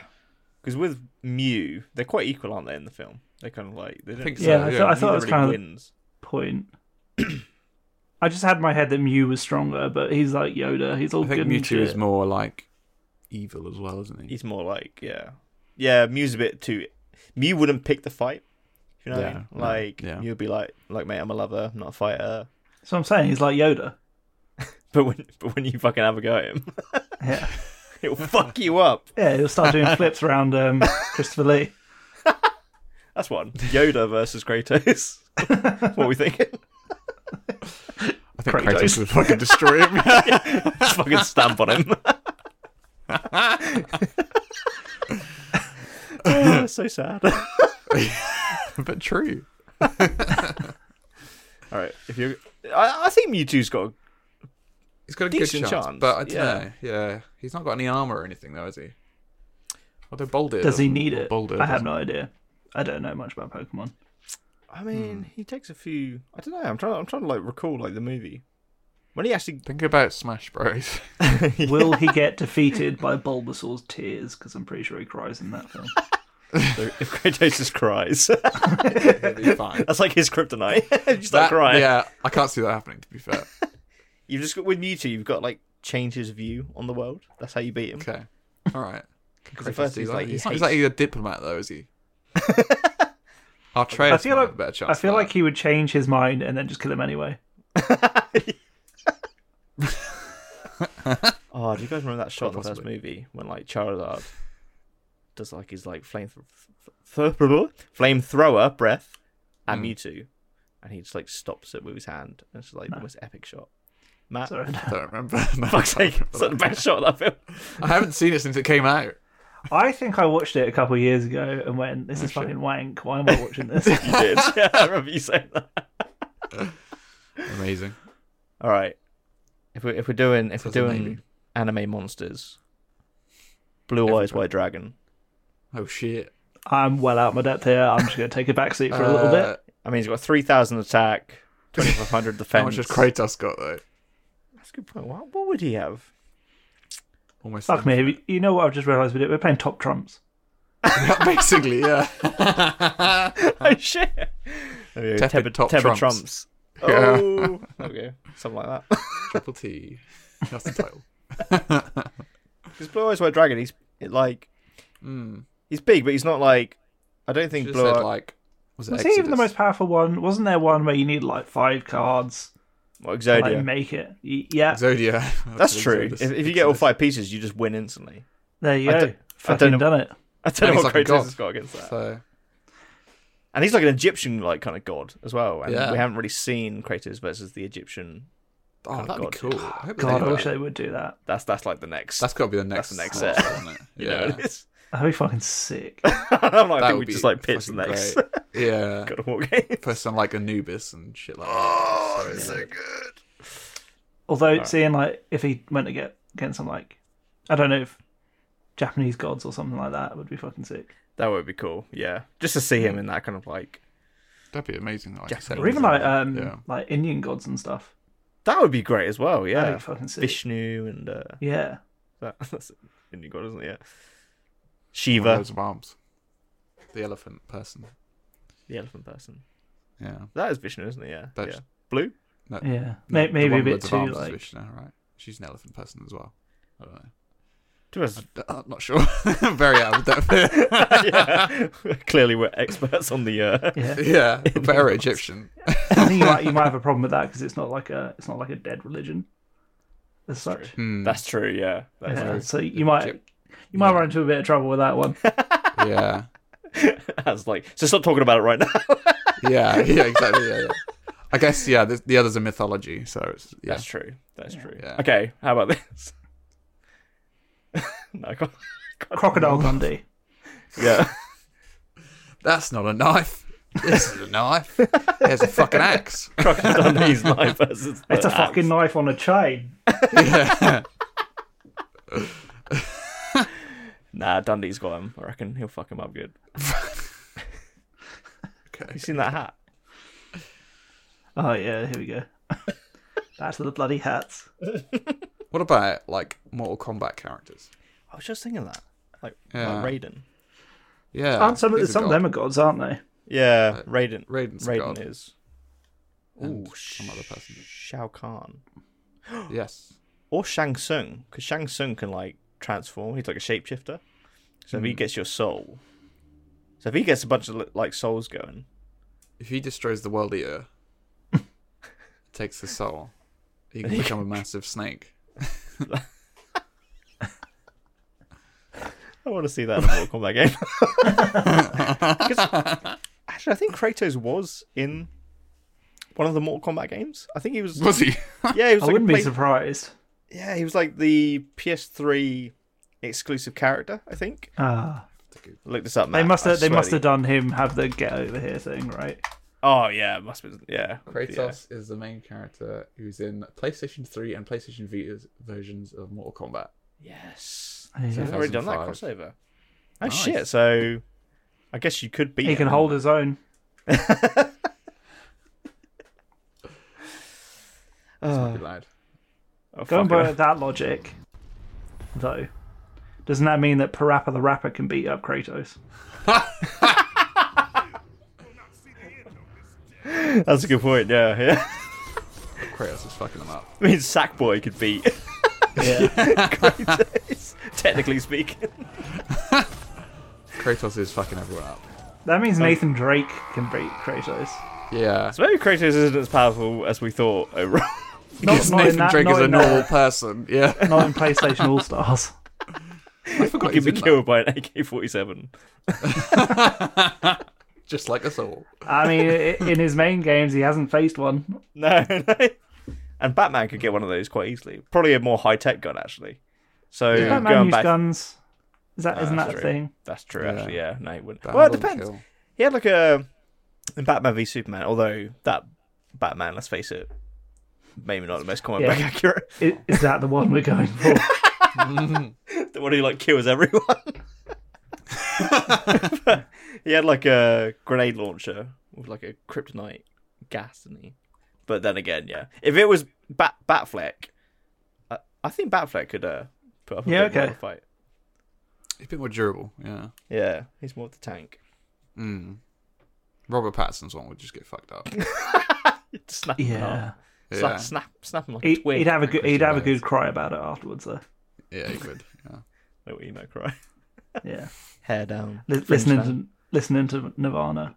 Because with Mew, they're quite equal, aren't they? In the film, they kind of like they don't. think so, Yeah, I, yeah. Thought, I neither thought it was really kind of the wins. point. I just had in my head that Mew was stronger, but he's like Yoda. He's all I think good. and Mewtwo shit. is more like evil as well, isn't he? He's more like yeah, yeah. Mew's a bit too. Mew wouldn't pick the fight. You know, what I Yeah, mean? yeah, like yeah. Mew would be like, like mate, I'm a lover, not a fighter. So I'm saying he's like Yoda. But when but when you fucking have a go at him, Yeah, it'll fuck you up. yeah. He'll start doing flips around um, Christopher Lee. That's one. Yoda versus Kratos. what are we thinking? I think Kratos. Kratos would fucking destroy him. Just fucking stamp on him. oh, so sad. but true. All right, if you, I, I think Mewtwo's got. He's got a Decent good chance, chance, but I don't yeah. know. Yeah, he's not got any armor or anything though, has he? Although Boulder Does he doesn't- need or it? Boulder I have doesn't. no idea. I don't know much about Pokemon. I Hmm. mean, he takes a few. I don't know. I'm trying. I'm trying to like recall like the movie when he actually. Think about Smash Bros. Will he get defeated by Bulbasaur's tears? Because I'm pretty sure he cries in that film. if Kratos just cries, It'd be fine. that's like his kryptonite. you start That- crying. Yeah, I can't see that happening. To be fair. You've just got with Mewtwo. You've got like change his view on the world. That's how you beat him. Okay. All right. the first thing he's is, like, like, he he's not hates- exactly a diplomat though, is he? Artreus I feel might like- have a better chance. I feel of like that. he would change his mind and then just kill him anyway. Oh, do you guys remember that shot in the first Possibly. movie when like Charizard does like his like flame th- th- flamethrower breath at Mm. Mewtwo, and he just like stops it with his hand, and it's like the No. most epic shot. Matt, Sorry. I don't remember. No, fuck's I don't sake, it's remember like the that. best shot of that film. I haven't seen it since it came out. I think I watched it a couple of years ago and went, "This is Oh, shit. fucking wank. Why am I watching this?" you did. Yeah, I remember you saying that. Amazing. All right, if we if we're doing if So we're it's a doing maybe. anime monsters, Blue Eyes Everybody. White Dragon. Oh shit. I'm well out my depth here. I'm just going to take a back seat for a little Uh, bit. I mean, he's got three thousand attack, twenty five hundred defense. How much has Kratos got though? That's a good point. What, what would he have? Almost. Fuck me. have You, you know what I've just realised we did? We're playing top trumps. Yeah, Basically, yeah. oh shit! There we go. Tepid Tepid, top tepid trumps. trumps. Yeah. Oh, there we go. Something like that. Triple T. That's the title. Because Blue Eyes White Dragon, he's it, like Mm. he's big, but he's not like. I don't think Just Blue Eyes. said like. Was it Was Exodus? he even the most powerful one? Wasn't there one where you need like five cards well, to Oh, Exodia. like, make it? Y- Yeah, Exodia. That's true. Exodus. If, if you get all Exodus. five pieces, you just win instantly. there you I go. don't- I Fucking don't know- done it. I don't And know he's what like a Kratos god. has got against that. So oh, And he's like an Egyptian, like kind of god as well. And Yeah. we haven't really seen Kratos versus the Egyptian. Oh, that'd God. be cool. I hope they God, do I wish that. they would do that. That's that's like the next. That's got to be the next. the next one, set. isn't it? you know Yeah, what it is. That'd be fucking sick. I'm like, I That think would we be just like pitch the fucking next great. yeah. God of War game. Person like Anubis and shit like. that. Oh, it's so good. Although seeing like if he went to get against some like I don't know if Japanese gods or something like that would be fucking sick. That would be cool. Yeah, just to see him in that kind of like That'd be amazing. Like, I said, Or even like um Yeah. like Indian gods and stuff. that would be great as well. That'd Yeah, be fucking sick. Vishnu and uh, Yeah. that, that's Indian god, isn't it? Yeah, With Shiva, loads of arms. The elephant person. the elephant person. Yeah. That is Vishnu, isn't it? Yeah, That's- yeah. Blue. Yeah. No, May- the maybe one with a bit loads of too arms is like Vishnu, right? She's an elephant person as well. I don't know. To us, D- I'm not sure. Very out of depth. here. yeah. Clearly, we're experts on the. Uh... yeah. yeah. Very Egyptian. I think you might you might have a problem with that because it's not like a it's not like a dead religion as such. Hmm. That's true. Yeah. That is Yeah, true. So you might Egypt. you might Yeah. run into a bit of trouble with that one. yeah. That's like. So stop talking about it right now. Yeah. Yeah. Exactly. Yeah. yeah. I guess yeah. The, the others are mythology, so it's yeah. That's true. That's true. Yeah. Okay. How about this? no. I can't- Crocodile Dundee. Yeah. That's not a knife. This is a knife. There's a fucking axe. Crocodile Dundee's knife versus. It's the a fucking axe. knife on a chain. yeah. Nah, Dundee's got him. I reckon he'll fuck him up good. Okay. You seen that hat? Oh yeah, here we go. Back to the bloody hats. What about like Mortal Kombat characters? I was just thinking that. Like, Yeah. Uh, like Raiden. Yeah, Aren't some of, the, he's a some of god. them are gods, aren't they? Yeah, Raiden. Raiden's a Raiden god. is. And Ooh, some other person. Shao Kahn. Yes. Or Shang Tsung, because Shang Tsung can, like, transform. He's like a shapeshifter. So if Hmm. he gets your soul. So if he gets a bunch of, like, souls going. If he destroys the world eater, takes the soul, he can become a massive snake. I want to see that in a Mortal Kombat game. 'Cause- actually, I think Kratos was in one of the Mortal Kombat games. I think he was. Was he? Yeah, he was I like a wouldn't be play- surprised. Yeah, he was like the PS3 exclusive character, I think. Ah, Look this up, they man. must have. They must have done him have the get over here thing, right? Oh yeah, must have. Been, yeah, Yeah. Kratos is the main character who's in PlayStation 3 and PlayStation Vita's versions of Mortal Kombat. Yes. So Yeah. they've already done that 2005. crossover. Oh shit! So, I guess you could beat. He can him. hold his own. Be loud. Oh, fuck Going by it. that logic, though, doesn't that mean that Parappa the Rapper can beat up Kratos? That's a good point. Yeah, yeah. Kratos is fucking him up. I mean, Sackboy could beat. Kratos, technically speaking. Kratos is fucking everyone up. That means Nathan Drake can beat Kratos. Yeah. So maybe Kratos isn't as powerful as we thought overall. Because not in Nathan that- Drake not is a in that. normal person. Yeah. Not in PlayStation All Stars. I forgot He he's in could be that, killed by an AK-47. Just like us all. I mean, i- in his main games, he hasn't faced one. No, no. And Batman could get one of those quite easily. Probably a more high tech gun, actually. So Batman going used back, guns. Is that Ah, that's not that a true. thing? that's true. Actually, yeah, no, he wouldn't. That well, it wouldn't depends. kill. He had like a in Batman v Superman. Although that Batman, let's face it, maybe not the most comic Yeah. book accurate. I- Is that the one we're going for? The one who like kills everyone. he had like a grenade launcher with like a kryptonite gas, didn't he? But then again, yeah, if it was Bat Batfleck, I, I think Batfleck could uh, put up a Yeah, bit more okay. of a fight. He's a bit more durable. Yeah. Yeah, he's more of the tank. Mm. Robert Pattinson's one would just get fucked up. Just Snap him Yeah. up. Sla- Yeah. Snap, snap him like a He, twig. would have a good. He'd Christian have a Bale's. good cry about it afterwards, though. Yeah, he would. Yeah. Like what you know, cry. Yeah. Hair down. Li- Fringe listening fan. to listening to Nirvana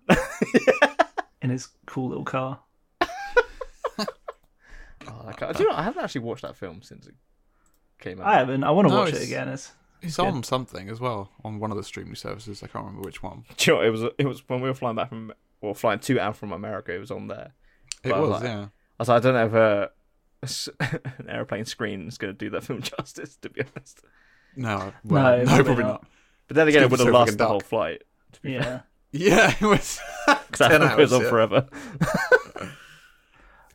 in his cool little car. Oh, that guy- do you know, I haven't actually watched that film since it came out. I haven't. I want to No, watch it it's- again. It's He's on something as well on one of the streaming services. I can't remember which one. Do you know, it was it was when we were flying back from well flying to and from America. It was on there. It Well, was, like- yeah. I was like, I don't know if a, a s- an airplane screen is going to do that film justice, to be honest. No, No, well, no, probably probably not. not. But then again, gonna it be would have so lasted freaking the whole dark. flight yeah. Yeah, it was. because 10 that film hours, goes on yeah. forever.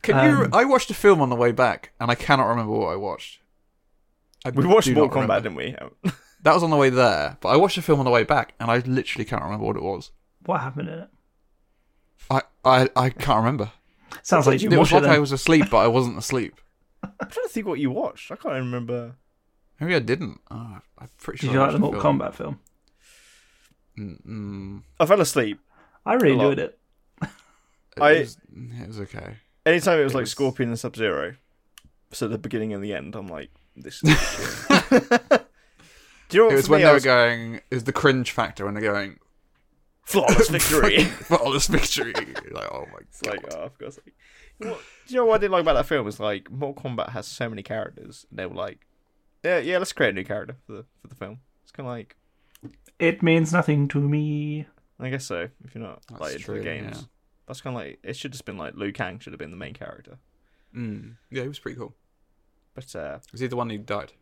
Can you? I watched a film on the way back, and I cannot remember what I watched. I We watched do not Mortal Kombat, remember. didn't we? Um, That was on the way there, but I watched a film on the way back, and I literally can't remember what it was. What happened in it? I, I, I can't remember. Sounds like you it was watched it. like I Then. was asleep, but I wasn't asleep. I'm trying to think what you watched. I can't even remember. Maybe I didn't. Oh, I'm pretty sure. Did you I like the watched a Mortal Kombat film? film. Mm, I fell asleep. I really A lot. enjoyed it. it, I- was, it was okay. Anytime it was like was- Scorpion and Sub Zero, so the beginning and the end, I'm like, this. is Do you know what It was for when me, they I were was going. It was the cringe factor when they're going "Oh, flawless victory? flawless victory. like, oh my It's god. like, oh, I've got something. What, do you know what I didn't like about that film? Is like Mortal Kombat has so many characters, and they were like, yeah, yeah, let's create a new character for the for the film. It's kind of like, It means nothing to me. I guess so. If you're not like into true, the games, yeah. that's kind of like it should just been like Liu Kang should have been the main character, Mm. Yeah, it was pretty cool. but uh Was he the one who died?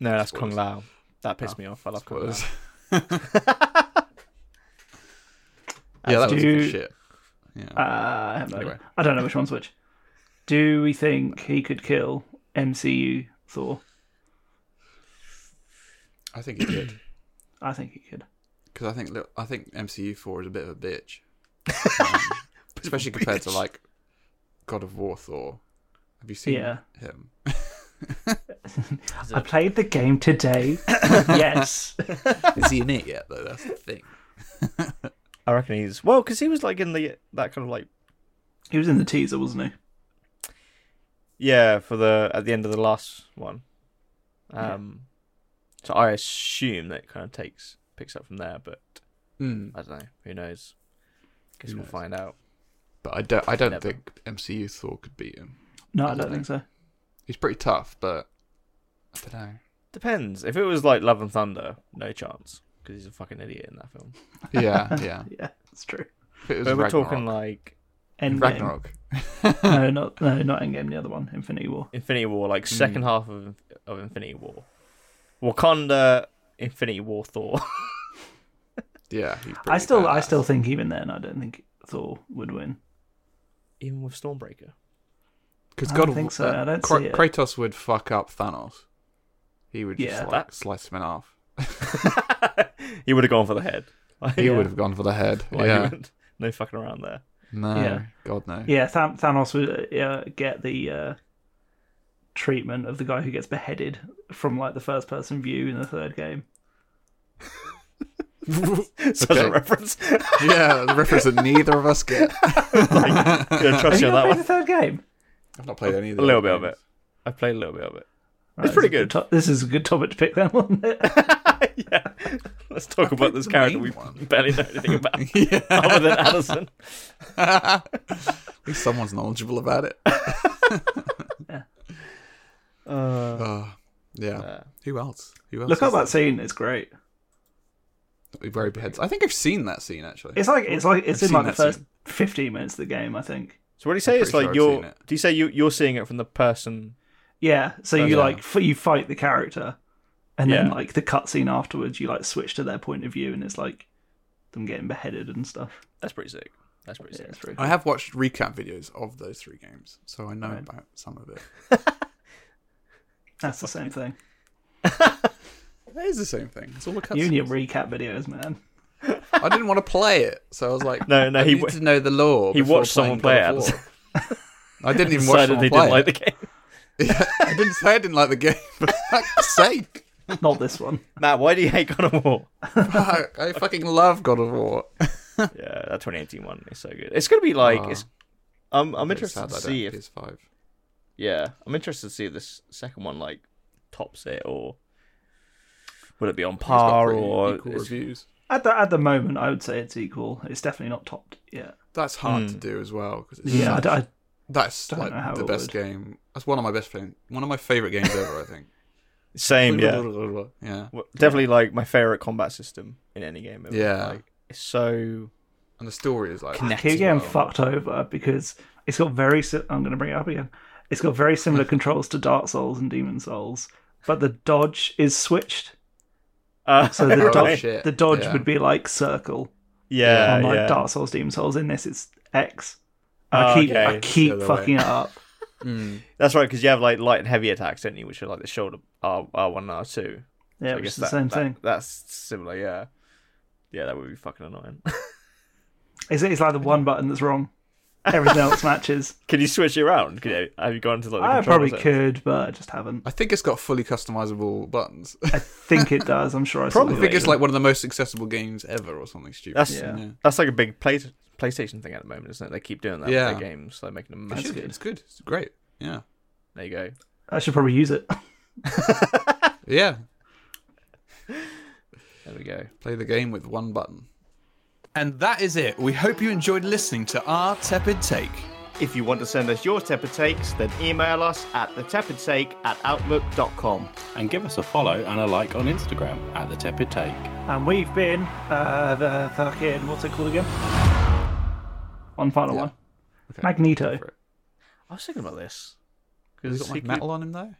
no, that's Kung Spoilers. Lao. That pissed me off. I love Kung Lao. Spoilers. yeah, that was Do- good shit. Yeah. Uh, I, haven't heard Anyway. it. I don't know which one's which. Do we think he could kill MCU Thor? I think it did I think he could. because I think li- I think MCU four is a bit of a bitch, um, especially compared to like God of War Thor. Have you seen Yeah. him? Is I it- played the game today. yes. Is he in it yet? Though that's the thing. I reckon he's well because he was like in the that kind of like He was in the teaser, wasn't he? yeah for the at the end of the last one. Um, so I assume that kind of takes picks up from there, but Hmm. Mm. I don't know. Who knows? Guess Who we'll knows? find out. But I don't. I don't Never. think MCU Thor could beat him. No, I I don't don't think so. He's pretty tough, but I don't know. Depends. If it was like Love and Thunder, no chance because he's a fucking idiot in that film. Yeah, yeah. Yeah, it's true. If it was But we're Ragnarok, talking like Endgame. Ragnarok. No, not no, not Endgame. The other one, Infinity War. Infinity War, like Hmm. second half of of Infinity War, Wakanda, Infinity War, Thor. Yeah, he's I pretty still, I badass. still think even then, I don't think Thor would win. Even with Stormbreaker, Because I God don't of think War- so. I don't Kra- see it. Kratos would fuck up Thanos. He would just Yeah, like that- slice him in half. he would have gone for the head. Like, He Yeah. would have gone for the head. like, he yeah. wouldn't- no fucking around there. No. Yeah. God no. Yeah, Than- Thanos would uh, uh, get the uh, treatment of the guy who gets beheaded from like the first-person view in the third game. Such a Okay. reference. yeah, the reference that neither of us get. yeah, Have trust you you on that not played one. the third game? I've not played any of A the little other bit of games. it. I played a little bit of it. pretty Right, this is a good. to- this is a good topic to pick then, wasn't it? yeah. Let's talk played about this the character main we one. barely know anything about, Yeah. other than Addison. At least someone's knowledgeable about it. Uh, yeah. Uh, Who else? Who else? Look is up that scene; it's great. there? Where he heads. I think I've seen that scene actually. It's like it's like it's I've in like seen the that first scene. fifteen minutes of the game, I think. so what do you say? It's pretty sure I've like you're. seen it. Do you say you you're seeing it from the person? Yeah, so That's- you yeah. like f- you fight the character, and then Yeah. like the cutscene afterwards, you like switch to their point of view, and it's like them getting beheaded and stuff. That's pretty sick. That's pretty Yeah, sick. it's really I have watched recap videos of those three games, so I know Right. about some of it. That's the same thing. It is the same thing. It's all the You cutscenes. and your recap videos, man. I didn't want to play it, so I was like, No, no, I he need wa- to know the lore. he before watched someone playing play God it. of War. I didn't even watch Decided someone they play didn't like it. the game. I didn't say I didn't like the game. For fuck's sake, Not this one. Matt, why do you hate God of War? Fuck, I fucking love God of War. yeah, that 2018 one is so good. It's gonna be like it's. I'm I'm It's interested sad to I don't see have if PS5. yeah I'm interested to see if this second one like tops it or will it be on It's got par pretty or equal it's- reviews. At the at the moment, I would say it's equal. It's definitely not topped yet. That's hard to do as well because it's Yeah, I, such- d- I- that's Hmm. don't know how like the it best would. game. That's one of my best friend, one of my favorite games ever. I think. same yeah yeah, Well, definitely like my favorite combat system in any game. Ever. Yeah. like, it's so and the story is like I connected. keep getting well. fucked over because it's got very. Si- I'm going to bring it up again. It's got very similar controls to Dark Souls and Demon Souls, but the dodge is switched. Uh, So the Oh, dodge, shit. the dodge Yeah. would be like circle. yeah, on like Uh, yeah. Dark Souls, Demon Souls. In this, it's X. And Oh, I keep, okay. I keep It's the other fucking it up. Mm. That's right, because you have like light and heavy attacks, don't you? Which are like the shoulder R R one and R two. Yeah, I which guess is the that- same that- thing. That's similar, yeah. Yeah, that would be fucking annoying. It's, it's like the one button that's wrong. Everything else matches. Can you switch it around? Can you, have you gone to like the I controls probably and- could, but I just haven't. I think it's got fully customizable buttons. I think it does. I'm sure I Probably. I saw think it. it's like one of the most accessible games ever, or something stupid. That's Yeah. yeah. that's like a big play, PlayStation thing at the moment, isn't it? They keep doing that Yeah. with their games. They're making them It massive. should be. It's good. It's great. Yeah. There you go. I should probably use it. Yeah. There we go. Play the game with one button. And that is it. We hope you enjoyed listening to our tepid take. If you want to send us your tepid takes, then email us at thetepidtake at outlook.com. and give us a follow and a like on Instagram at The Tepid Take. And we've been uh, the fucking what's it called again? One final one. Magneto for it. I was thinking about this Has because he got like metal on him though?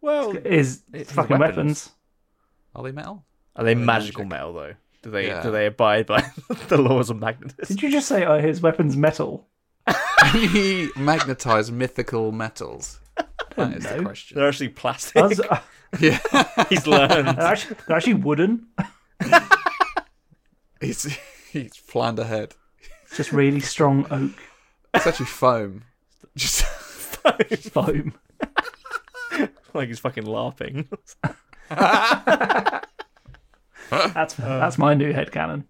well, is It's fucking weapons. weapons. Are they metal? are they magical metal though? Do they Yeah. do they abide by the laws of magnetism? Did you just say oh his weapons metal? he magnetize mythical metals. That is the know. question. They're actually plastic. I was, I Yeah, He's learned. They're actually, they're actually wooden, he's he's planned ahead. just really strong oak It's actually foam. Just foam. like he's fucking LARPing. That's that's my new headcanon.